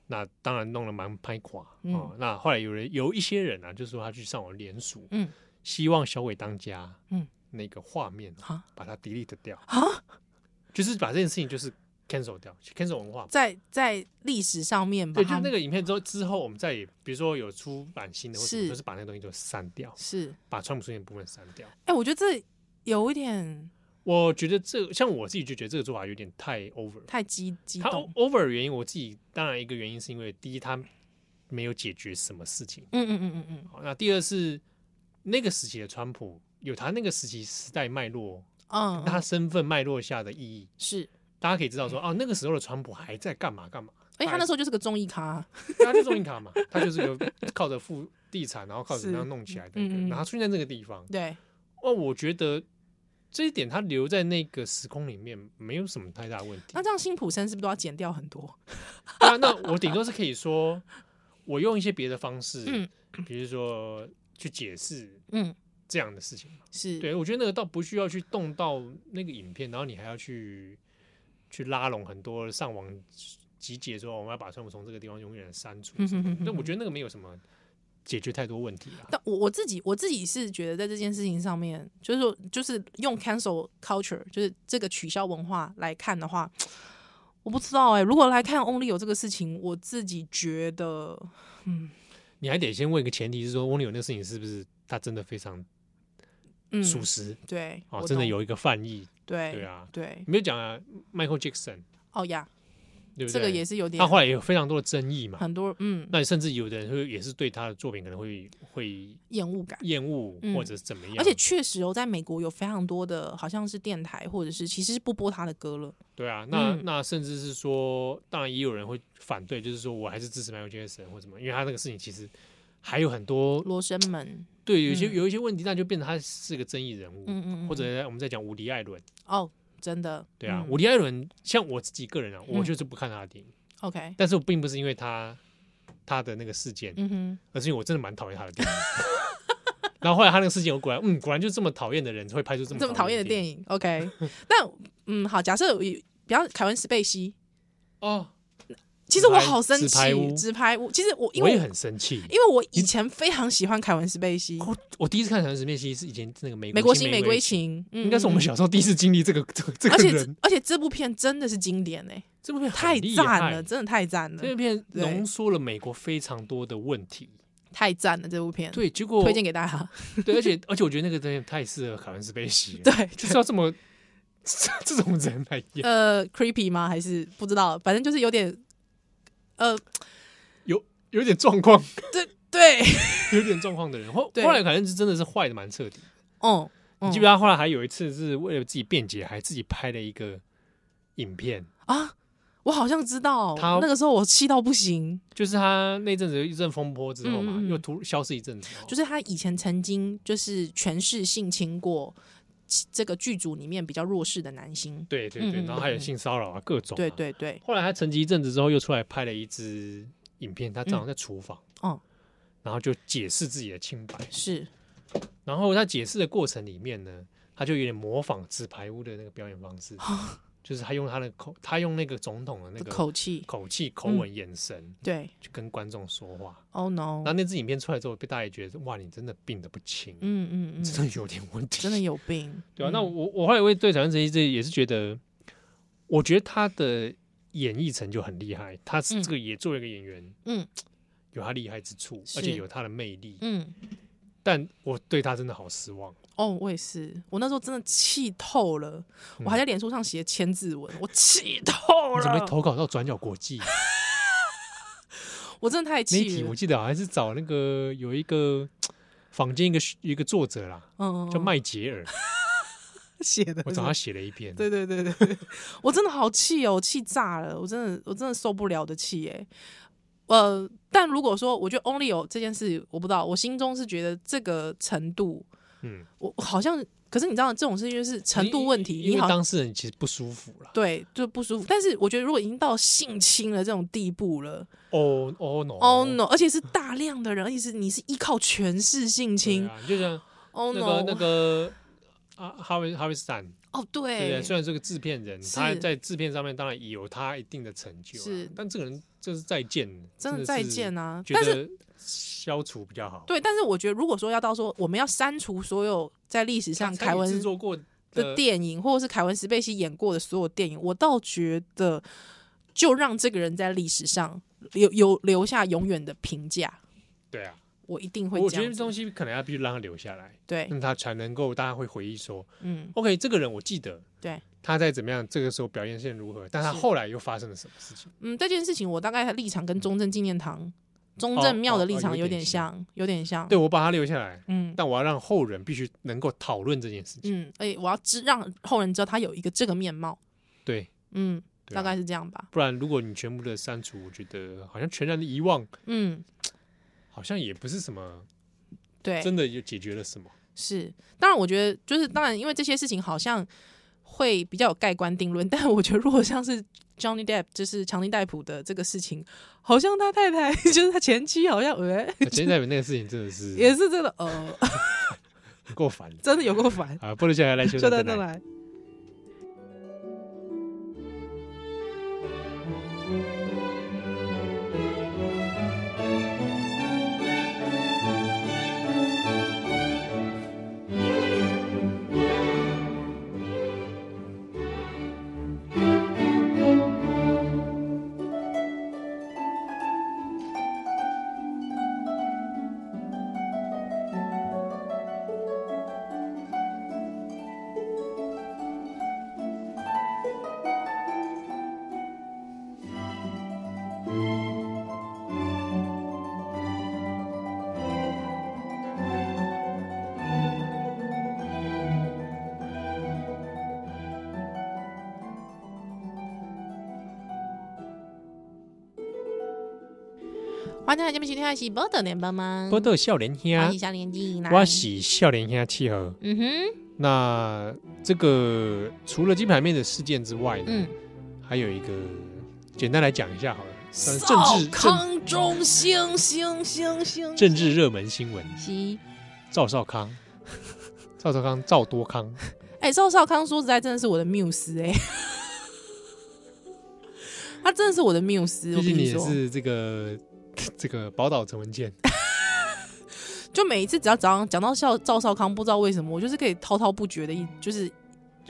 Speaker 2: 那当然弄得蛮拍垮啊、
Speaker 1: 嗯
Speaker 2: 哦那后来有人有一些人啊，就说他去上网联署，
Speaker 1: 嗯，
Speaker 2: 希望小鬼当家，
Speaker 1: 嗯，
Speaker 2: 那个画面哦、
Speaker 1: 啊
Speaker 2: 把它 delete 掉，
Speaker 1: 啊，
Speaker 2: 就是把这件事情就是 cancel 掉，cancel 文化嘛。
Speaker 1: 在在历史上面吧，
Speaker 2: 对，就那个影片之后，之后我们再也比如说有出版新的，或者
Speaker 1: 是
Speaker 2: 就是把那个东西就删掉，
Speaker 1: 是，
Speaker 2: 把川普出现的部分删掉。
Speaker 1: 哎、我觉得这有一点
Speaker 2: 我觉得这像我自己就觉得这个做法有点太 over 了。
Speaker 1: 太激激
Speaker 2: 他
Speaker 1: 动，
Speaker 2: over 的原因，我自己当然一个原因是因为第一，他没有解决什么事情。
Speaker 1: 嗯嗯嗯嗯嗯，
Speaker 2: 好，那第二是那个时期的川普有他那个时期时代脉络，
Speaker 1: 嗯，
Speaker 2: 他身份脉络下的意义，
Speaker 1: 是，嗯
Speaker 2: 大家可以知道说，哦，那个时候的川普还在干嘛干嘛，
Speaker 1: 哎、他那时候就是个综艺咖、
Speaker 2: 他就中印 卡嘛，他就是个靠着负地产，然后靠着那样弄起来的一个
Speaker 1: 是嗯嗯
Speaker 2: 人，
Speaker 1: 嗯
Speaker 2: 然后他出现在这个地方，
Speaker 1: 对，
Speaker 2: 哦，我觉得这一点他留在那个时空里面没有什么太大的问题
Speaker 1: 那。这样辛普森是不是都要减掉很多？
Speaker 2: 那那我顶多是可以说，我用一些别的方式，
Speaker 1: 嗯
Speaker 2: 比如说去解释
Speaker 1: 嗯，
Speaker 2: 这样的事情。
Speaker 1: 是，
Speaker 2: 对，我觉得那个倒不需要去动到那个影片，然后你还要去去拉拢很多上网集结说，哦我们要把川普从这个地方永远删除。
Speaker 1: 嗯哼哼哼
Speaker 2: 那我觉得那个没有什么解决太多问题啊。
Speaker 1: 但我我自己我自己是觉得在这件事情上面，就是说就是用 cancel culture，就是这个取消文化来看的话，我不知道哎、如果来看 Only 有这个事情，我自己觉得
Speaker 2: 你还得先问一个前提是说，翁立友那个事情是不是他真的非常
Speaker 1: 嗯，
Speaker 2: 属实、
Speaker 1: 对，
Speaker 2: 哦，
Speaker 1: 我
Speaker 2: 真的
Speaker 1: 懂
Speaker 2: 有一个犯意，
Speaker 1: 对
Speaker 2: 对啊。
Speaker 1: 对，
Speaker 2: 没有讲啊，Michael Jackson
Speaker 1: 哦呀，
Speaker 2: 对不对？
Speaker 1: 这个也是有点
Speaker 2: 他后来也有非常多的争议嘛。
Speaker 1: 很多嗯
Speaker 2: 那甚至有的人会也是对他的作品可能会会
Speaker 1: 厌恶感。
Speaker 2: 厌恶
Speaker 1: 嗯
Speaker 2: 或者是怎么样，
Speaker 1: 而且确实哦，在美国有非常多的，好像是电台或者是其实是不播他的歌了。
Speaker 2: 对啊，那、
Speaker 1: 嗯
Speaker 2: 那甚至是说，当然也有人会反对，就是说我还是支持 Michael Jackson 或什么，因为他那个事情其实还有很多
Speaker 1: 罗生门，
Speaker 2: 对，有一些、
Speaker 1: 嗯
Speaker 2: 有一些问题，那就变成他是个争议人物，
Speaker 1: 嗯嗯嗯，
Speaker 2: 或者我们在讲伍迪艾伦，
Speaker 1: 哦，真的，
Speaker 2: 对啊，
Speaker 1: 嗯
Speaker 2: 伍迪艾伦像我自己个人啊，
Speaker 1: 嗯
Speaker 2: 我就是不看他的电影，
Speaker 1: ，OK，
Speaker 2: 但是我并不是因为他他的那个事件，
Speaker 1: 嗯哼，
Speaker 2: 而是因为我真的蛮讨厌他的电影。 然后后来他那个事件，我果然，嗯，果然就这么讨厌的人会拍出这么
Speaker 1: 这么讨厌的电
Speaker 2: 影
Speaker 1: 影。OK，但 嗯，好，假设有比方凯文·史贝西，
Speaker 2: 哦，
Speaker 1: 其实我
Speaker 2: 纸牌
Speaker 1: 好生
Speaker 2: 纸牌
Speaker 1: 气，
Speaker 2: 屋
Speaker 1: 直拍我其实我因
Speaker 2: 我
Speaker 1: 为
Speaker 2: 也
Speaker 1: 我
Speaker 2: 很生气。
Speaker 1: 因为我以前非常喜欢凯文·史贝西，《
Speaker 2: 我我第一次看《唐人面西》是以前那个美
Speaker 1: 美国
Speaker 2: 新
Speaker 1: 新玫瑰情》，嗯
Speaker 2: 应该是我们
Speaker 1: 嗯
Speaker 2: 小时候第一次经历这个这嗯个这
Speaker 1: 而
Speaker 2: 个
Speaker 1: 且
Speaker 2: 人，
Speaker 1: 而且这部片真的是经典哎，
Speaker 2: 这部片很
Speaker 1: 太
Speaker 2: 厉
Speaker 1: 赞
Speaker 2: 害
Speaker 1: 了，，真的太赞
Speaker 2: 这
Speaker 1: 了
Speaker 2: 部，片
Speaker 1: 对
Speaker 2: 浓缩了美国非常多的问题。
Speaker 1: 太赞了这部片，
Speaker 2: 对，结果
Speaker 1: 推荐给大家。
Speaker 2: 对，而且 而且我觉得那个真的太适合凯文·斯贝西了，
Speaker 1: 对，
Speaker 2: 就是要这么这种人来演，
Speaker 1: 呃，creepy 吗？还是不知道，反正就是有点，呃，
Speaker 2: 有有点状况，
Speaker 1: 对对，
Speaker 2: 有点状况的人。后
Speaker 1: 对
Speaker 2: 后来凯恩是真的是坏的蛮彻底。
Speaker 1: 嗯，
Speaker 2: 你记
Speaker 1: 嗯
Speaker 2: 不记得他后来还有一次是为了自己辩解，还自己拍了一个影片，
Speaker 1: 啊？我好像知道
Speaker 2: 他，
Speaker 1: 那个时候我气到不行，
Speaker 2: 就是他那阵子有一阵风波之后嘛，
Speaker 1: 嗯嗯嗯
Speaker 2: 又突消失一阵子哦，
Speaker 1: 就是他以前曾经就是权势性侵过这个剧组里面比较弱势的男星，
Speaker 2: 对对
Speaker 1: 嗯
Speaker 2: 对，
Speaker 1: 嗯嗯
Speaker 2: 然后还有性骚扰啊，各种、啊。
Speaker 1: 对。对对，
Speaker 2: 后来他沉寂一阵子之后，又出来拍了一支影片，他正好在厨房，
Speaker 1: 哦，
Speaker 2: 然后就解释自己的清白。
Speaker 1: 是，
Speaker 2: 然后他解释的过程里面呢，他就有点模仿纸牌屋的那个表演方式， 就是他用他的口，他用那个总统的那
Speaker 1: 哦这
Speaker 2: 个
Speaker 1: 口嗯气，
Speaker 2: 口气、口吻、眼神
Speaker 1: 对
Speaker 2: 去跟观众说话。
Speaker 1: ，Oh no，
Speaker 2: 然后那支影片出来之后，被大家也觉得哇，你真的病得不轻，
Speaker 1: 嗯嗯嗯，
Speaker 2: 真的有点问题，
Speaker 1: 真的有病，
Speaker 2: 对啊，
Speaker 1: 嗯
Speaker 2: 那我我后来会对台湾这一这也是觉得，我觉得他的演绎成就很厉害，他是
Speaker 1: 嗯
Speaker 2: 这个也作为一个演员，
Speaker 1: 嗯，
Speaker 2: 有他厉害之处，
Speaker 1: 是
Speaker 2: 而且有他的魅力。
Speaker 1: 嗯。
Speaker 2: 但我对他真的好失望，
Speaker 1: 哦，我也是，我那时候真的气透了，我还在脸书上写千字文，我气透
Speaker 2: 我嗯怎么会
Speaker 1: 了，
Speaker 2: 投稿到转角国 际
Speaker 1: 我真的太
Speaker 2: 那一
Speaker 1: 气
Speaker 2: 题？
Speaker 1: 了
Speaker 2: 我。记得好像是找那个有一个坊间一个一个作者啦，
Speaker 1: 嗯，
Speaker 2: 叫麦杰 尔，
Speaker 1: 写的，
Speaker 2: 我找他写了一篇。
Speaker 1: 对对对对，对我真的好气哦，我气炸了，我真的我真的受不了的气哎、呃，但如果说我觉得 only 有这件事，我不知道，我心中是觉得这个程度，
Speaker 2: 嗯，
Speaker 1: 我好像，可是你知道这种事情就是程度问题，
Speaker 2: 因
Speaker 1: 你
Speaker 2: 因为
Speaker 1: 好像
Speaker 2: 当事人其实不舒服了。
Speaker 1: 对就不舒服。但是我觉得如果已经到性侵了这种地步了
Speaker 2: 哦哦 no
Speaker 1: ，oh no，而且是大量的人，而且是你是依靠权势性
Speaker 2: 对
Speaker 1: 侵
Speaker 2: 啊，你就像
Speaker 1: ，oh
Speaker 2: 那个
Speaker 1: no，
Speaker 2: 那个 啊，哈维哈维斯坦，
Speaker 1: 哦
Speaker 2: 对不对？
Speaker 1: 对，
Speaker 2: 虽然是个制片人，他
Speaker 1: 是
Speaker 2: 在制片上面当然有他一定的成就啊，
Speaker 1: 是
Speaker 2: 但这个人这是再见，
Speaker 1: 真的再见啊！
Speaker 2: 啊！觉
Speaker 1: 但是
Speaker 2: 得消除比较好。
Speaker 1: 对，但是我觉得如果说要到说我们要删除所有在历史上
Speaker 2: 参与
Speaker 1: 凯文
Speaker 2: 制作过
Speaker 1: 的电影，或者是凯文·史贝西演过的所有电影，我倒觉得就让这个人在历史上留有留下永远的评价，
Speaker 2: 对啊，
Speaker 1: 我一定会
Speaker 2: 我
Speaker 1: 这
Speaker 2: 觉得
Speaker 1: 样
Speaker 2: 这嗯
Speaker 1: 子。
Speaker 2: 东西可能要必须让他留下来，
Speaker 1: 对，
Speaker 2: 那他才能够大家会回忆说
Speaker 1: 嗯，
Speaker 2: ，OK，这个人我记得，
Speaker 1: 对，
Speaker 2: 他在怎么样，这个时候表现现如何，但他
Speaker 1: 是
Speaker 2: 后来又发生了什么事情？
Speaker 1: 嗯，这件事情我大概立场跟中正纪念堂、中
Speaker 2: 哦
Speaker 1: 正庙的
Speaker 2: 哦
Speaker 1: 立
Speaker 2: 哦
Speaker 1: 场有
Speaker 2: 有点
Speaker 1: 点
Speaker 2: 像
Speaker 1: 像，有点像。
Speaker 2: 对，我把他留下来，
Speaker 1: 嗯
Speaker 2: 但我要让后人必须能够讨论这件事情。
Speaker 1: 嗯，哎，我要知让后人知道他有一个这个面貌。
Speaker 2: 对，
Speaker 1: 嗯，
Speaker 2: 对啊
Speaker 1: 大概是这样吧。
Speaker 2: 不然如果你全部的删除，我觉得好像全然的遗忘，
Speaker 1: 嗯，
Speaker 2: 好像也不是什么
Speaker 1: 对，
Speaker 2: 真的有解决 了什么。
Speaker 1: 是，当然，我觉得就是当然，因为这些事情好像会比较有盖棺定论， 但我觉得如果像是 Johnny Depp 就是强尼戴普的这个事情，好像他太太 就是他前妻，好像呃、
Speaker 2: 啊前代表那个事情真的是
Speaker 1: 也是真的呃，
Speaker 2: 够烦的
Speaker 1: 真的有够烦。
Speaker 2: 啊！不如接下来休息
Speaker 1: 就到
Speaker 2: 再
Speaker 1: 这
Speaker 2: 来。
Speaker 1: 来。欢迎来这边收听的是《波特联邦》吗？
Speaker 2: 波特笑脸
Speaker 1: 欢
Speaker 2: 兄啊
Speaker 1: 迎，小年纪，
Speaker 2: 我喜笑脸兄啊契合。
Speaker 1: 嗯哼，
Speaker 2: 那这个除了金牌面的事件之外呢，
Speaker 1: 嗯，
Speaker 2: 还有一个简单来讲一下好了，算是
Speaker 1: 少
Speaker 2: 呃政治政
Speaker 1: 康中兴兴兴兴
Speaker 2: 政治热门新闻，
Speaker 1: 西。
Speaker 2: 赵少康，赵少康，赵多康，
Speaker 1: 哎、赵少康说实在真的是我的缪斯哎，他真的是我的缪斯。我
Speaker 2: 毕
Speaker 1: 跟
Speaker 2: 竟你
Speaker 1: 你
Speaker 2: 也
Speaker 1: 说，
Speaker 2: 是这个 这个宝岛陈文健，
Speaker 1: 就每一次只要早上讲到笑赵少康，不知道为什么我就是可以滔滔不绝的一就是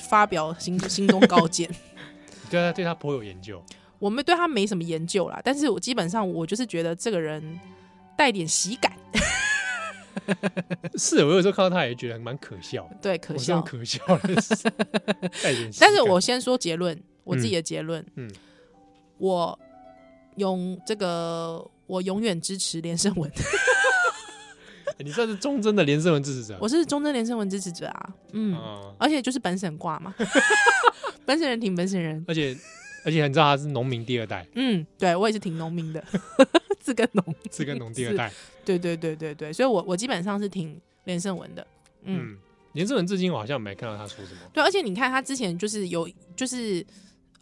Speaker 1: 发表心心中高见。
Speaker 2: 你对啊他对他颇有研究，
Speaker 1: 我们对他没什么研究啦，但是我基本上我就是觉得这个人带点喜感，
Speaker 2: 是我有时候看到他也觉得蛮可笑，
Speaker 1: 对，可
Speaker 2: 我是用
Speaker 1: 笑。
Speaker 2: 可笑的事，带点喜
Speaker 1: 但是
Speaker 2: 感
Speaker 1: 我先说结论，我自己的结论，
Speaker 2: 嗯
Speaker 1: 我永这个我永远支持连胜文，
Speaker 2: 哎你算是啊忠贞的连胜文支持者，
Speaker 1: 我是忠贞连胜文支持者啊，嗯。
Speaker 2: 啊，
Speaker 1: 而且就是本省挂嘛， 本省人挺本省人。
Speaker 2: 而且而且你知道他是农民第二代，
Speaker 1: 嗯，对我也是挺农民的， 自耕农。
Speaker 2: 是跟农第 二代，
Speaker 1: 对对对对对，所以我我基本上是挺连胜文的。嗯，
Speaker 2: 嗯，连胜文至今我好像没看到他说什么。
Speaker 1: 对，而且你看他之前就是有就是。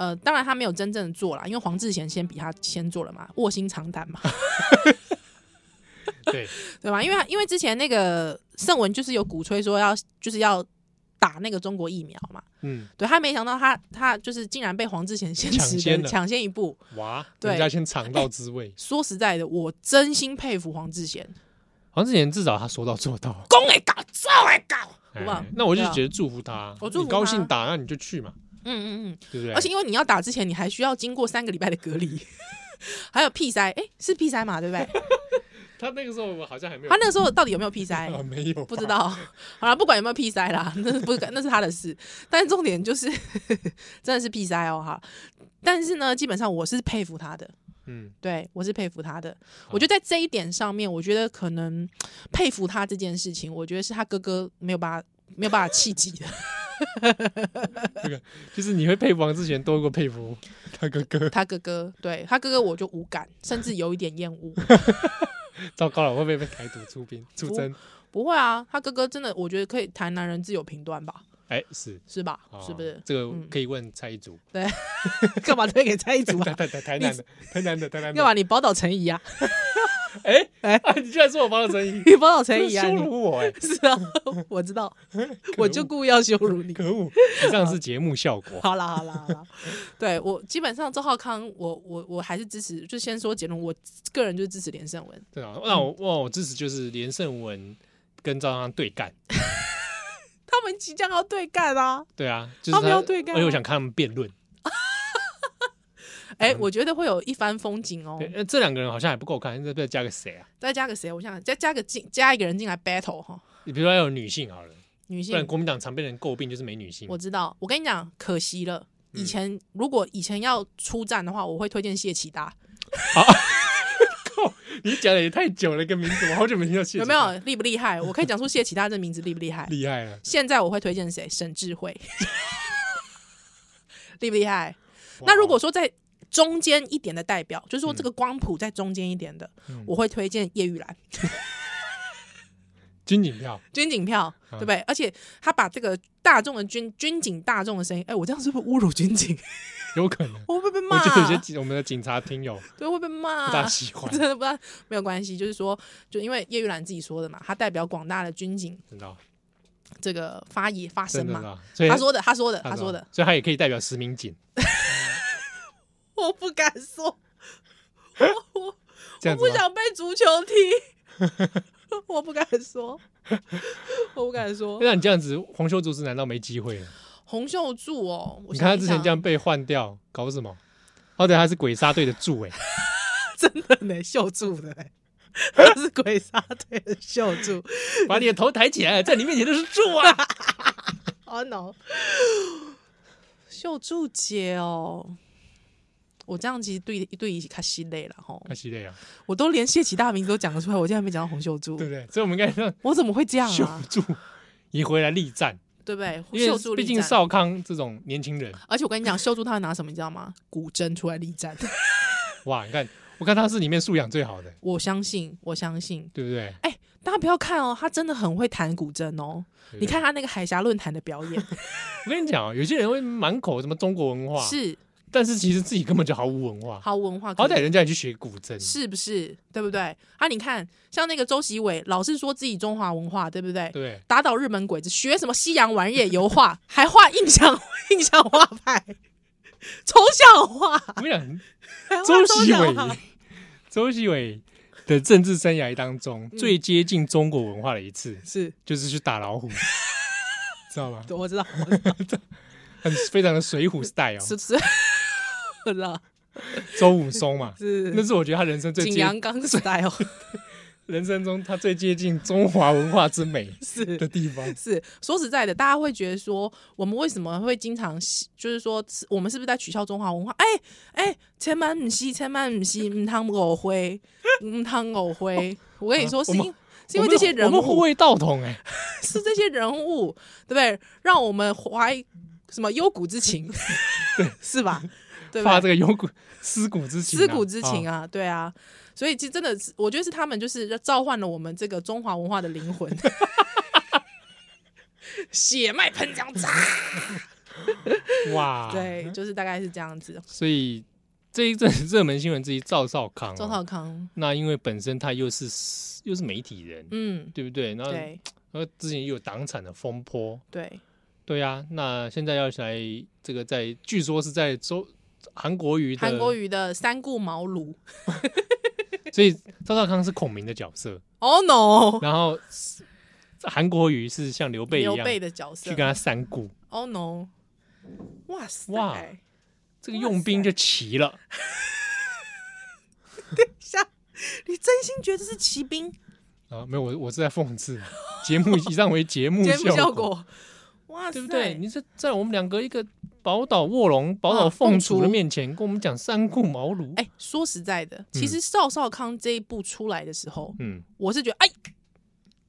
Speaker 1: 呃，当然他没有真正的做啦，因为黄志贤先比他先做了嘛，卧薪尝胆嘛，
Speaker 2: 对，
Speaker 1: 对吧？因为他因为之前那个盛文就是有鼓吹说要就是要打那个中国疫苗嘛，
Speaker 2: 嗯，
Speaker 1: 对他没想到他他就是竟然被黄志贤先
Speaker 2: 抢
Speaker 1: 吃
Speaker 2: 先
Speaker 1: 的
Speaker 2: 了
Speaker 1: 抢先一步，
Speaker 2: 哇，
Speaker 1: 对
Speaker 2: 人家先尝到滋味。
Speaker 1: 说实在的，我真心佩服黄志贤，
Speaker 2: 黄志贤至少他说到做 到，
Speaker 1: 公会搞，做会搞，好不好
Speaker 2: 哎？那我就
Speaker 1: 对啊
Speaker 2: 觉得祝福他，
Speaker 1: 我祝福
Speaker 2: 你高兴
Speaker 1: 他
Speaker 2: 打，那你就去嘛，
Speaker 1: 嗯嗯
Speaker 2: 对不
Speaker 1: 嗯，
Speaker 2: 对？
Speaker 1: 而且因为你要打之前，你还需要经过三个礼拜的隔离， 还有屁塞，哎，是屁塞嘛，对不对？
Speaker 2: 他那个时候我好像还没有
Speaker 1: 他，那个时候到底有没有屁 塞？
Speaker 2: 啊没有，
Speaker 1: 不知。道，好了，不管有没有屁塞啦，那是不那是他的事。但是重点就是真的是屁塞哦哈。但是呢，基本上我是佩服他的，
Speaker 2: 嗯，
Speaker 1: 对我是佩服他的。我觉得在这一点上面，我觉得可能佩服他这件事情，我觉得是他哥哥没有把他没有办法气急的。
Speaker 2: 就是你会佩服王志贤多过佩服他哥 哥。
Speaker 1: 他哥哥，对他哥哥我就无感，甚至有一点厌 恶。
Speaker 2: 糟糕了，我会不会被台独出兵出征？
Speaker 1: 不会啊，他哥哥真的，我觉得可以谈男人自有评断吧，
Speaker 2: 哎，是。
Speaker 1: 是吧？
Speaker 2: 哦
Speaker 1: 是不是？
Speaker 2: 这个可以问蔡一祖，
Speaker 1: 干嘛推给蔡一祖
Speaker 2: 台？台台台南的，台南的，台 南
Speaker 1: 啊
Speaker 2: 的。
Speaker 1: 干嘛？你宝岛陈怡 啊？
Speaker 2: 哎
Speaker 1: 哎
Speaker 2: 哎，你居然说我帮了 陈怡，
Speaker 1: 你宝岛陈
Speaker 2: 真
Speaker 1: 怡
Speaker 2: 是
Speaker 1: 啊？
Speaker 2: 羞
Speaker 1: 你
Speaker 2: 辱我哎！
Speaker 1: 是啊，我知道，我就故意要羞辱你。
Speaker 2: 可恶！以上是节目效果。
Speaker 1: 好啦好啦好啦， 对我基本上周浩康，我我我还是支持，就先说结论，我个人就是支持连胜文。
Speaker 2: 对啊，那我哇，我支持就是连胜文跟赵尚对干。
Speaker 1: 他们即将要对干啊！
Speaker 2: 对啊，就是
Speaker 1: 他们要对干啊
Speaker 2: 而且我想看他们辩论。
Speaker 1: 哎、我觉得会有一番风景哦
Speaker 2: 嗯对。，呃这两个人好像还不够看，再再加个谁啊？
Speaker 1: 再加个谁？我想想再加个进加一个人进来 battle 哈，
Speaker 2: 你比如说要有女性好了，
Speaker 1: 女
Speaker 2: 不然
Speaker 1: 性。
Speaker 2: 国民党常被人诟病就是没女性。
Speaker 1: 我知道，我跟你讲，可惜了。
Speaker 2: 嗯
Speaker 1: 以前、如果以前要出战的话，我会推荐谢启达，
Speaker 2: 你讲的也太久了，一个名字我好久没听到谢
Speaker 1: 有
Speaker 2: 谢
Speaker 1: 没有厉不厉害？我可以讲出谢启达这名字厉不厉害？
Speaker 2: 厉害了？
Speaker 1: 现在我会推荐谁？沈智慧，厉不厉害？
Speaker 2: 哇哦
Speaker 1: 那如果说在中间一点的代表，就是说这个光谱在中间一点的，
Speaker 2: 嗯
Speaker 1: 我会推荐叶玉兰
Speaker 2: 军警票
Speaker 1: 军警票，
Speaker 2: 啊
Speaker 1: 对不对？而且他把这个大众的军军警大众的声音，哎，我这样是不是侮辱军警？
Speaker 2: 有可能，
Speaker 1: 我会被骂啊
Speaker 2: 我，觉得有些警我们的警察听友
Speaker 1: 对，会被骂，
Speaker 2: 不大 喜 欢，
Speaker 1: 真的不知道没有关系，就是说，就因为叶玉兰自己说的嘛，她代表广大的军警
Speaker 2: 真的哦
Speaker 1: 这个发言发声
Speaker 2: 真的
Speaker 1: 嘛，
Speaker 2: 啦。所以
Speaker 1: 她说的，她说的，她
Speaker 2: 哦
Speaker 1: 说的，
Speaker 2: 所以他也可以代表实名警，
Speaker 1: 我不敢说，我我我
Speaker 2: 这样子
Speaker 1: 不
Speaker 2: 吗？
Speaker 1: 想被足球踢， 我不敢说， 我不敢说。
Speaker 2: 那你这样子，黄修竹子难道没机会了？
Speaker 1: 洪秀柱哦，我
Speaker 2: 你看他
Speaker 1: 想一
Speaker 2: 之前这样被换掉，搞什么？好歹他是鬼杀队的助 哎、
Speaker 1: 想 真的呢，秀柱的呢， 他是鬼杀队的秀柱。
Speaker 2: 把你的头抬起来，在你面前都是 柱啊！
Speaker 1: 哦 no，秀柱姐哦，我这样其实对对一卡心累了吼，
Speaker 2: 可惜了呀，
Speaker 1: 我都连谢启大的名字都讲得出来，我竟然没讲到洪秀柱
Speaker 2: 对，不对？所以我们应该让
Speaker 1: 我怎么会这样
Speaker 2: 秀
Speaker 1: 啊？
Speaker 2: 柱也回来力战，
Speaker 1: 对不对？
Speaker 2: 因
Speaker 1: 秀柱
Speaker 2: 为毕
Speaker 1: 力
Speaker 2: 竟
Speaker 1: 战，
Speaker 2: 少康这种年轻人，
Speaker 1: 而且我跟你讲，秀柱他拿什么，你知道 吗？古筝出来力战，
Speaker 2: 哇，你看，我看他是里面素养最好的，
Speaker 1: 我相信，我相信。
Speaker 2: 对不对？
Speaker 1: 哎、大家不要看哦，他真的很会弹古筝哦。
Speaker 2: 对不对
Speaker 1: 你看，他那个海峡论坛的表 演，
Speaker 2: 我跟你讲啊，有些人会满口什么中国文化，
Speaker 1: 是
Speaker 2: 但是其实自己根本就毫无文化，
Speaker 1: 好文化，
Speaker 2: 好歹人家也去学古筝，
Speaker 1: 是不是？对不对？啊，你看，像那个周习伟，老是说自己中华文化，对不对？
Speaker 2: 对不对。
Speaker 1: 打倒日本鬼子，学什么西洋玩意儿油画，还画印象 印象画派，抽象画，
Speaker 2: 我跟你 讲，
Speaker 1: 还画
Speaker 2: 周
Speaker 1: 抽
Speaker 2: 习
Speaker 1: 象
Speaker 2: 伟
Speaker 1: 画，
Speaker 2: 周习伟的政治生涯当中、
Speaker 1: 嗯
Speaker 2: 最接近中国文化的一次，
Speaker 1: 是，
Speaker 2: 就是去 打老虎，知道吗？
Speaker 1: 我知道，我知道，
Speaker 2: 很非常的水浒 style 哦，
Speaker 1: 是不是？ 我知道，
Speaker 2: 周武松嘛，那
Speaker 1: 是
Speaker 2: 是我觉得他人生最
Speaker 1: 景
Speaker 2: 接
Speaker 1: 阳冈 style，
Speaker 2: 人生中他最接近中华文化之美
Speaker 1: 是
Speaker 2: 的地方。
Speaker 1: 是说实在的，大家会觉得说，我们为什么会经常喜就是说，是我们是不是在取笑中华文化？哎、哎，千万唔是，千万唔是，唔汤狗灰，唔汤狗 灰。哦我跟你说，
Speaker 2: 啊
Speaker 1: 是
Speaker 2: 我们
Speaker 1: 因是因为这些人
Speaker 2: 我们互
Speaker 1: 物，
Speaker 2: 为道统哎，
Speaker 1: 是这些人物，对不对？让我们怀什么幽谷之 情，是吧？对吧
Speaker 2: 发？这个有骨思古之情啊，
Speaker 1: 思古之情
Speaker 2: 啊，
Speaker 1: 啊，对啊，所以其实真的是，我觉得是他们就是召唤了我们这个中华文化的灵魂， 血脉喷 张，炸！
Speaker 2: 啊哇，，
Speaker 1: 对，就是大概是这样子。
Speaker 2: 所以这一阵热门新闻之一，赵少康哦，
Speaker 1: 周浩康，
Speaker 2: 那因为本身他又是又是媒体人，
Speaker 1: 嗯，
Speaker 2: 对不对？然后
Speaker 1: 对
Speaker 2: 然后之前也有党产的风波，
Speaker 1: 对，
Speaker 2: 对啊，那现在要来这个在，据说是在周韩国瑜的
Speaker 1: 韩国瑜的三顾茅庐。
Speaker 2: 所以赵少康是孔明的角 色，
Speaker 1: Oh no！
Speaker 2: 然后韩国瑜是像刘备一
Speaker 1: 刘
Speaker 2: 样
Speaker 1: 备的角
Speaker 2: 去
Speaker 1: 色
Speaker 2: 跟。他三顾，
Speaker 1: Oh no！哇塞！
Speaker 2: 哇这个用兵就齐了。
Speaker 1: 下，你真心觉得是骑 兵
Speaker 2: 啊，没有，我我是在讽刺，节目以上为节目
Speaker 1: 节目效
Speaker 2: 效，
Speaker 1: 果？哇塞！
Speaker 2: 对不对？你这在我们两个一个宝岛卧龙、宝岛凤雏的面前，跟我们讲三顾茅庐，
Speaker 1: 啊哎，说实在的，其实赵少康这一部出来的时候，
Speaker 2: 嗯，
Speaker 1: 我是觉得哎，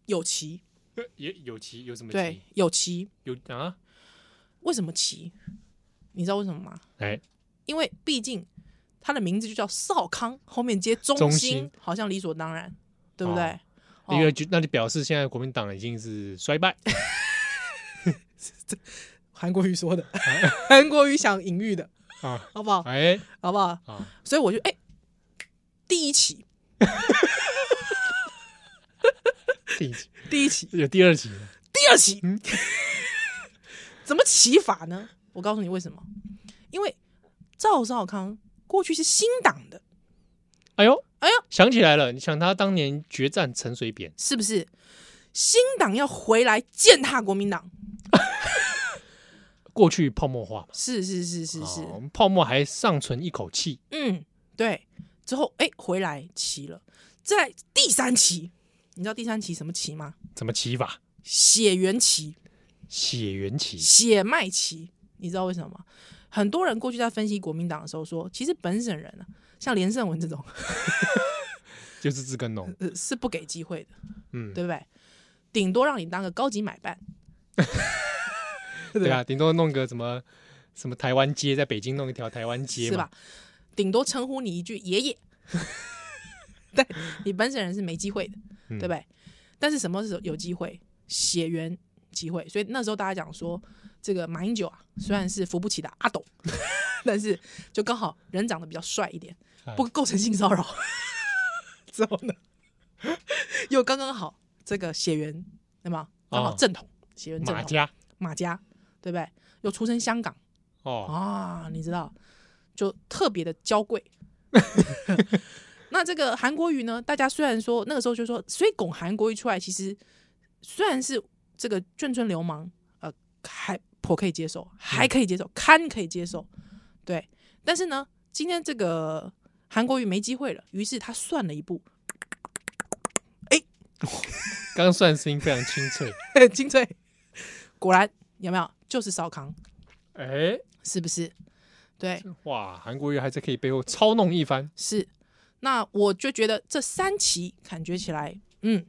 Speaker 1: 有棋，
Speaker 2: 也有齐，有什么
Speaker 1: 对，有棋，
Speaker 2: 有啊？
Speaker 1: 为什么骑？你知道为什么吗？
Speaker 2: 哎，
Speaker 1: 因为毕竟他的名字就叫少康，后面接中
Speaker 2: 中
Speaker 1: 心
Speaker 2: 心，
Speaker 1: 好像理所当然，对不对？哦
Speaker 2: 哎因为就那就表示现在国民党已经是衰败，
Speaker 1: 韩国瑜说的， 韩国瑜想隐喻的，
Speaker 2: 啊，
Speaker 1: 好不好？
Speaker 2: 哎
Speaker 1: 好不好？
Speaker 2: 啊，
Speaker 1: 所以我就哎、第一期，
Speaker 2: 第一集
Speaker 1: 第一期，
Speaker 2: 有第二集了，
Speaker 1: 第二期， 怎么起法呢？我告诉你为什么，因为赵少康过去是新党的，
Speaker 2: 哎呦
Speaker 1: 哎呦，
Speaker 2: 想起来了，你想他当年决战陈水扁，
Speaker 1: 是不是？新党要回来践踏国民党，
Speaker 2: 过去泡沫化嘛，
Speaker 1: 是是是是是，
Speaker 2: 哦泡沫还尚存一口气，
Speaker 1: 嗯，对。之后哎、回来骑了，再来第三期，你知道第三期什么棋吗？
Speaker 2: 怎么起法？
Speaker 1: 血缘棋。
Speaker 2: 血缘起，
Speaker 1: 血脉期，你知道为什么吗？很多人过去在分析国民党的时候说，其实本省人啊，像连胜文这种，
Speaker 2: 就是自耕农，
Speaker 1: 呃，是不给机会的，
Speaker 2: 嗯，
Speaker 1: 对不对？顶多让你当个高级买办，
Speaker 2: 对啊，顶多弄个什么什么台湾街，在北京弄一条台湾街
Speaker 1: 是
Speaker 2: 嘛
Speaker 1: 吧？？顶多称呼你一句爷 爷，对你本省人是没机会的，
Speaker 2: 嗯
Speaker 1: 对不对？但是什么时候有机会？血缘机会，所以那时候大家讲说，这个马英九啊，虽然是扶不起的阿斗， 但是就刚好人长得比较帅一点，不构成性骚扰。 之后呢，又刚刚好这个血缘，对吗？刚好
Speaker 2: 哦
Speaker 1: 正统、血缘正
Speaker 2: 马
Speaker 1: 统
Speaker 2: 家
Speaker 1: 马家，对不对？又出身香港
Speaker 2: 哦，
Speaker 1: 啊，你知道，就特别的娇贵。那这个韩国瑜呢，大家虽然说那个时候就说，所以拱韩国瑜出来，其实虽然是这个眷村流氓，呃，还颇可以接受，还可以接受，堪可以接受，对。但是呢，今天这个韩国瑜没机会了，于是他算了一步，
Speaker 2: 刚刚算声音非常清脆，
Speaker 1: 精粹，果然有没有就是少康，
Speaker 2: 哎，
Speaker 1: 是不是？对，
Speaker 2: 哇，韩国瑜还是可以背后操弄一番，
Speaker 1: 是，那我就觉得这三期感觉起来，嗯，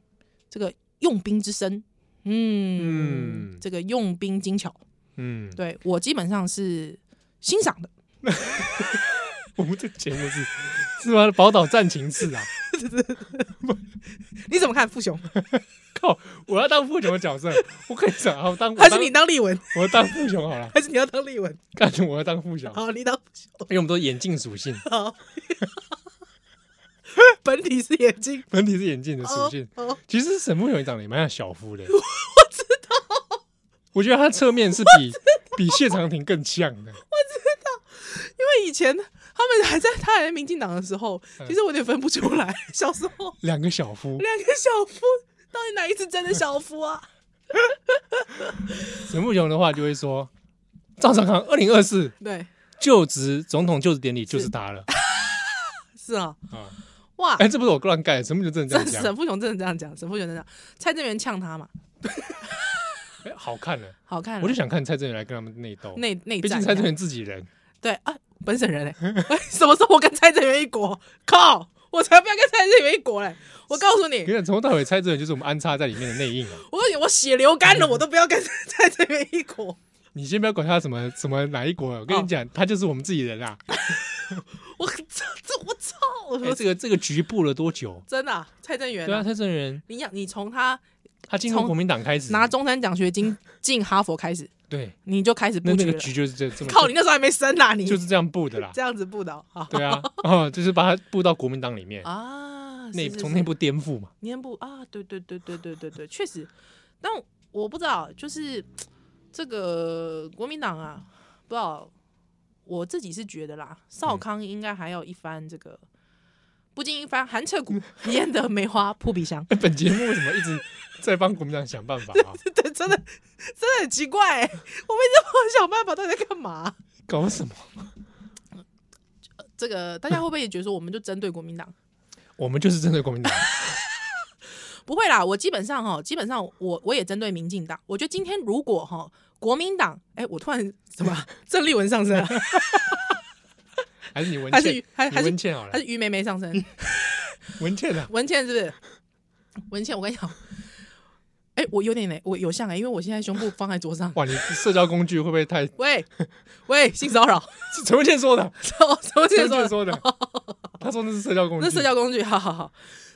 Speaker 1: 这个用兵之深，嗯，
Speaker 2: 嗯
Speaker 1: 这个用兵精巧，
Speaker 2: 嗯，
Speaker 1: 对我基本上是欣赏的，
Speaker 2: 我们这节目是是吗？宝岛战情室啊！
Speaker 1: 你怎么看傅雄？
Speaker 2: 靠，我要当副雄的角色，我可以想要当，我
Speaker 1: 还是
Speaker 2: 当
Speaker 1: 你当立文？
Speaker 2: 我当副雄好了，
Speaker 1: 还是你要当立文？
Speaker 2: 干我要当副雄，
Speaker 1: 好，你当傅雄。
Speaker 2: 因为我们都是眼镜属性，
Speaker 1: 好， 本体是眼睛。
Speaker 2: 本体是眼镜的属
Speaker 1: 哦
Speaker 2: 性。
Speaker 1: 哦，
Speaker 2: 其实沈梦圆长得也蛮像小 夫的，我知道，我觉得他侧面是比 比谢长廷更像的，
Speaker 1: 因为以前他们还在他还在民进党的时候，
Speaker 2: 嗯
Speaker 1: 其实我有点分不出来， 小时候
Speaker 2: 两个小夫，
Speaker 1: 两个小夫到底哪一次真的小夫啊？
Speaker 2: 沈梦圆的话就会说，赵少康二零二四
Speaker 1: 对，
Speaker 2: 就职总统就职典礼就是他了
Speaker 1: 是啊，
Speaker 2: 啊！
Speaker 1: 哇，
Speaker 2: 哎，这不是我乱盖的，沈梦圆真的这
Speaker 1: 这
Speaker 2: 样讲
Speaker 1: 沈富雄真的这样讲，沈富雄真的这样，蔡正元呛他嘛，，
Speaker 2: 哎好看了。
Speaker 1: 好看啊，
Speaker 2: 我就想看蔡正元来跟他们内斗，
Speaker 1: 内内
Speaker 2: 毕
Speaker 1: 战
Speaker 2: 竟
Speaker 1: 一下，
Speaker 2: 蔡正元自己人，
Speaker 1: 对啊，本省人嘞，哎 什么时候我跟蔡正元一国？靠，我才不要跟蔡正元一国嘞！我告诉你
Speaker 2: 你，看从头到尾蔡正元就是我们安插在里面的内应啊。
Speaker 1: 我告诉你，我血流干了，我都不要跟 蔡正元一国，
Speaker 2: 你先不要管他什么什么哪一国，啊我
Speaker 1: 哦
Speaker 2: 跟你讲，他就是我们自己人啊。
Speaker 1: 我这这我操！我
Speaker 2: 哎，
Speaker 1: 说
Speaker 2: 这个这个局部了多久？
Speaker 1: 真的啊，蔡正元
Speaker 2: 对啊，
Speaker 1: 啊，
Speaker 2: 蔡正元
Speaker 1: 你养你从他
Speaker 2: 他进入国民党开始
Speaker 1: 拿中山奖学金 进哈佛开始，
Speaker 2: 对，
Speaker 1: 你就开始
Speaker 2: 那
Speaker 1: 布
Speaker 2: 那
Speaker 1: 局
Speaker 2: 个
Speaker 1: 了。
Speaker 2: 局就是这这么
Speaker 1: 靠，你那时候还没生呐，你
Speaker 2: 就是这样布的啦。
Speaker 1: 这样子布的哦好
Speaker 2: 对啊，哦，就是把他布到国民党里面，
Speaker 1: 啊，
Speaker 2: 内
Speaker 1: 是是
Speaker 2: 从
Speaker 1: 是
Speaker 2: 内部颠覆嘛。
Speaker 1: 年部啊，对对对对对对对，确实。但我不知道，就是这个国民党啊，不知道，我自己是觉得啦，少康应该还有一番这个。不经一番寒彻骨，焉得梅花扑鼻香？
Speaker 2: 哎 本节目为什么一直在帮国民党想办法 啊？
Speaker 1: 对，真的真的很奇怪、欸，我们一直想办法，到底在干嘛？
Speaker 2: 搞什么？
Speaker 1: 这个大家会不会也觉得说，我们就针对国民党？
Speaker 2: 我们就是针对国民党，
Speaker 1: 不会啦，我基本上哈，基本上我我也针对民进党。我觉得今天如果哈，国民党，哎、我突然怎么郑丽文上啊升了，
Speaker 2: 还是你文
Speaker 1: 还
Speaker 2: 倩
Speaker 1: 是？还
Speaker 2: 你
Speaker 1: 还是
Speaker 2: 文倩好了
Speaker 1: 还，是于梅梅上 升？
Speaker 2: 文倩啊，
Speaker 1: 文倩是不是？文倩，我跟你讲，哎、哎、我有点嘞，我有像哎、因为我现在胸部放在桌上。
Speaker 2: 哇，你社交工具会不会太？
Speaker 1: 喂喂，性骚扰，
Speaker 2: 是陈文 茜说的，
Speaker 1: 什么什么
Speaker 2: 陈
Speaker 1: 先
Speaker 2: 文茜
Speaker 1: 说？
Speaker 2: 说的， 他说那是社交工具，
Speaker 1: 那社交工具，好好好，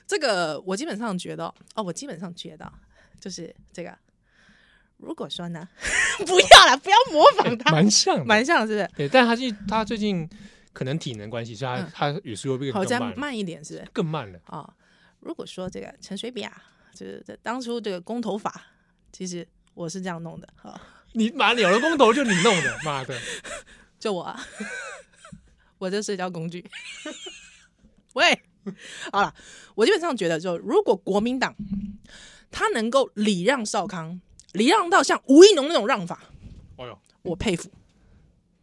Speaker 1: 这个我基本上觉得哦，哦我基本上觉得就是这个。如果说呢， 不要啦，不要模仿他，
Speaker 2: 哎蛮像的，
Speaker 1: 蛮像的是不是？
Speaker 2: 对，但他最他最近可能体能关系，所以他、
Speaker 1: 嗯
Speaker 2: 他语速又变
Speaker 1: 好，
Speaker 2: 更
Speaker 1: 再
Speaker 2: 慢了，
Speaker 1: 慢一点，是不是？
Speaker 2: 更慢了。
Speaker 1: 啊、如果说这个陈水扁啊，就是这当初这个公投法，其实我是这样弄的，哈、
Speaker 2: 你妈有了公投就你弄的，妈 的！
Speaker 1: 就我、啊， 我这社交工具。 喂，好了，我基本上觉得就，如果国民党他能够礼让少康，礼让到像吴一农那种让法，
Speaker 2: 哎呦，
Speaker 1: 我佩服，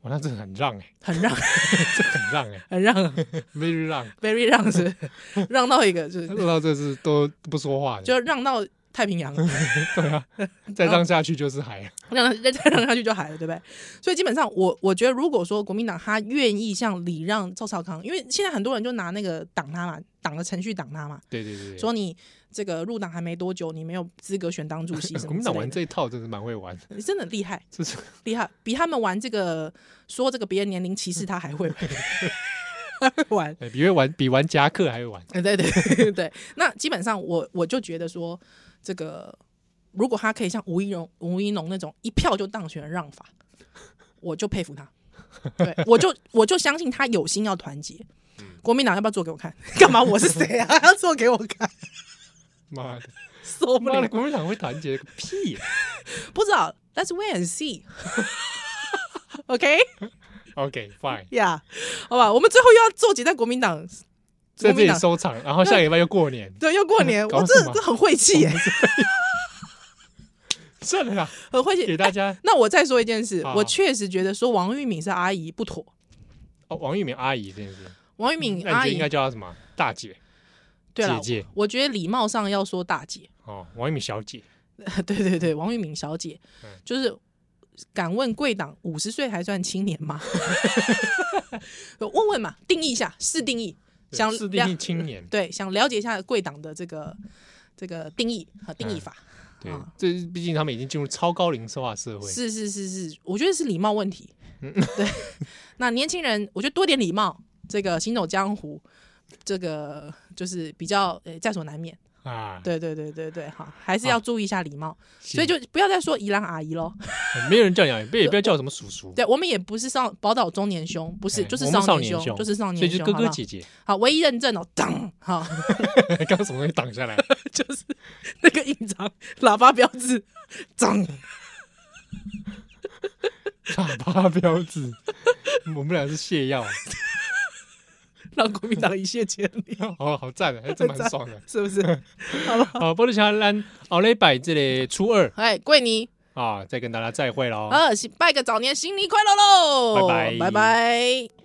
Speaker 2: 哇，那真的很让哎、
Speaker 1: 很让，
Speaker 2: 这很让哎、
Speaker 1: 很让
Speaker 2: v e r y 让，
Speaker 1: ，very 让是 让到一个就是
Speaker 2: 让到这是都不说话的，
Speaker 1: 就哦让到太平洋，
Speaker 2: 再让下去就是海。
Speaker 1: 让他再再让下去就海了，对不对？所以基本上我我觉得，如果说国民党他愿意像礼让赵少康，因为现在很多人就拿那个挡他嘛，党的程序挡他嘛，
Speaker 2: 对对对对，
Speaker 1: 说你这个入党还没多久，你没有资格选党主 席什
Speaker 2: 国
Speaker 1: 么
Speaker 2: 民
Speaker 1: 之
Speaker 2: 党
Speaker 1: 类
Speaker 2: 玩
Speaker 1: 的，
Speaker 2: 这一套真是蛮会玩，
Speaker 1: 你真的厉害
Speaker 2: 这是
Speaker 1: 厉害，比他们玩这个说这个别人年龄歧视他还会还会 玩。
Speaker 2: 哎比会玩比玩夹克还会玩。
Speaker 1: 哎， 对对对对，那基本上我我就觉得说，这个如果他可以像吴一农、吴一农那种一票就当选的让法，我就佩服他。对，我就我就相信他有心要团结。
Speaker 2: 嗯
Speaker 1: 国民党要不要做给我看？ 干嘛？我是谁啊？ 要做给我看？
Speaker 2: 妈的，
Speaker 1: 受不
Speaker 2: 妈
Speaker 1: 了
Speaker 2: 的，！国民党会团结个屁、啊
Speaker 1: 不知道，Let's wait and see 。OK，Yeah，、
Speaker 2: OK fine，
Speaker 1: 好吧，我们最后又要做几代国民党，国
Speaker 2: 在这
Speaker 1: 民
Speaker 2: 里
Speaker 1: 党
Speaker 2: 收场，然后下礼拜又过年，
Speaker 1: 对，又过年，
Speaker 2: 搞
Speaker 1: 我
Speaker 2: 什
Speaker 1: 这
Speaker 2: 么
Speaker 1: 这很晦气耶，
Speaker 2: 算了啦，
Speaker 1: 很晦
Speaker 2: 给
Speaker 1: 气。
Speaker 2: 大家
Speaker 1: 那我再说一件事，
Speaker 2: 好
Speaker 1: 我确实觉得说王玉敏是阿姨不妥，
Speaker 2: 哦，王玉敏阿姨这件事，
Speaker 1: 王玉敏
Speaker 2: 嗯那你
Speaker 1: 阿
Speaker 2: 就应
Speaker 1: 姨
Speaker 2: 该叫她什么大姐
Speaker 1: 对了
Speaker 2: 姐姐，
Speaker 1: 我觉得礼貌上要说大姐，
Speaker 2: 哦，王玉敏小姐，
Speaker 1: 对对对，王玉敏小姐
Speaker 2: 嗯，
Speaker 1: 就是敢问贵党五十岁还算青年 吗？问问嘛，定义一下，试定义，
Speaker 2: 对
Speaker 1: 想
Speaker 2: 是
Speaker 1: 了
Speaker 2: 定义 青年，
Speaker 1: 对，想了解一下贵党的这个这个定义和定
Speaker 2: 嗯
Speaker 1: 义法。
Speaker 2: 对
Speaker 1: 啊，
Speaker 2: 这毕竟他们已经进入超高龄化社会，
Speaker 1: 是是是是，我觉得是礼貌问题。
Speaker 2: 嗯
Speaker 1: 对，那年轻人，我觉得多点礼貌，这个行走江湖，这个就是比较呃在所难免。
Speaker 2: 啊，
Speaker 1: 对对对对对，哈，还是
Speaker 2: 好
Speaker 1: 要注意一下礼貌。
Speaker 2: 是，
Speaker 1: 所以就不要再说宜兰阿姨喽。
Speaker 2: 没有人叫你阿姨，不也不要叫什么 叔叔，
Speaker 1: 对，我们也不是少宝岛中年兄，不是，
Speaker 2: 哎
Speaker 1: 就是
Speaker 2: 我们少
Speaker 1: 年
Speaker 2: 年
Speaker 1: 兄，
Speaker 2: 兄
Speaker 1: 就是少
Speaker 2: 所以
Speaker 1: 年
Speaker 2: 就是
Speaker 1: 兄，
Speaker 2: 哥
Speaker 1: 好
Speaker 2: 哥
Speaker 1: 不好？
Speaker 2: 姐 姐，
Speaker 1: 好，唯一认证哦，当好，
Speaker 2: 刚刚什么东西挡下来？
Speaker 1: 就是那个印章喇叭标志，当。
Speaker 2: 喇叭标志，嗯我们俩是泻药，
Speaker 1: 让国民党一泻千里，
Speaker 2: 哦好好赞的，啊还真蛮爽的。
Speaker 1: 是不是？
Speaker 2: 好，波多小兰奥雷摆哦这里初二
Speaker 1: 哎，桂妮，
Speaker 2: 啊，再跟大家再会喽。
Speaker 1: 呃，拜个早年，新年快乐喽！
Speaker 2: 拜拜
Speaker 1: 拜拜。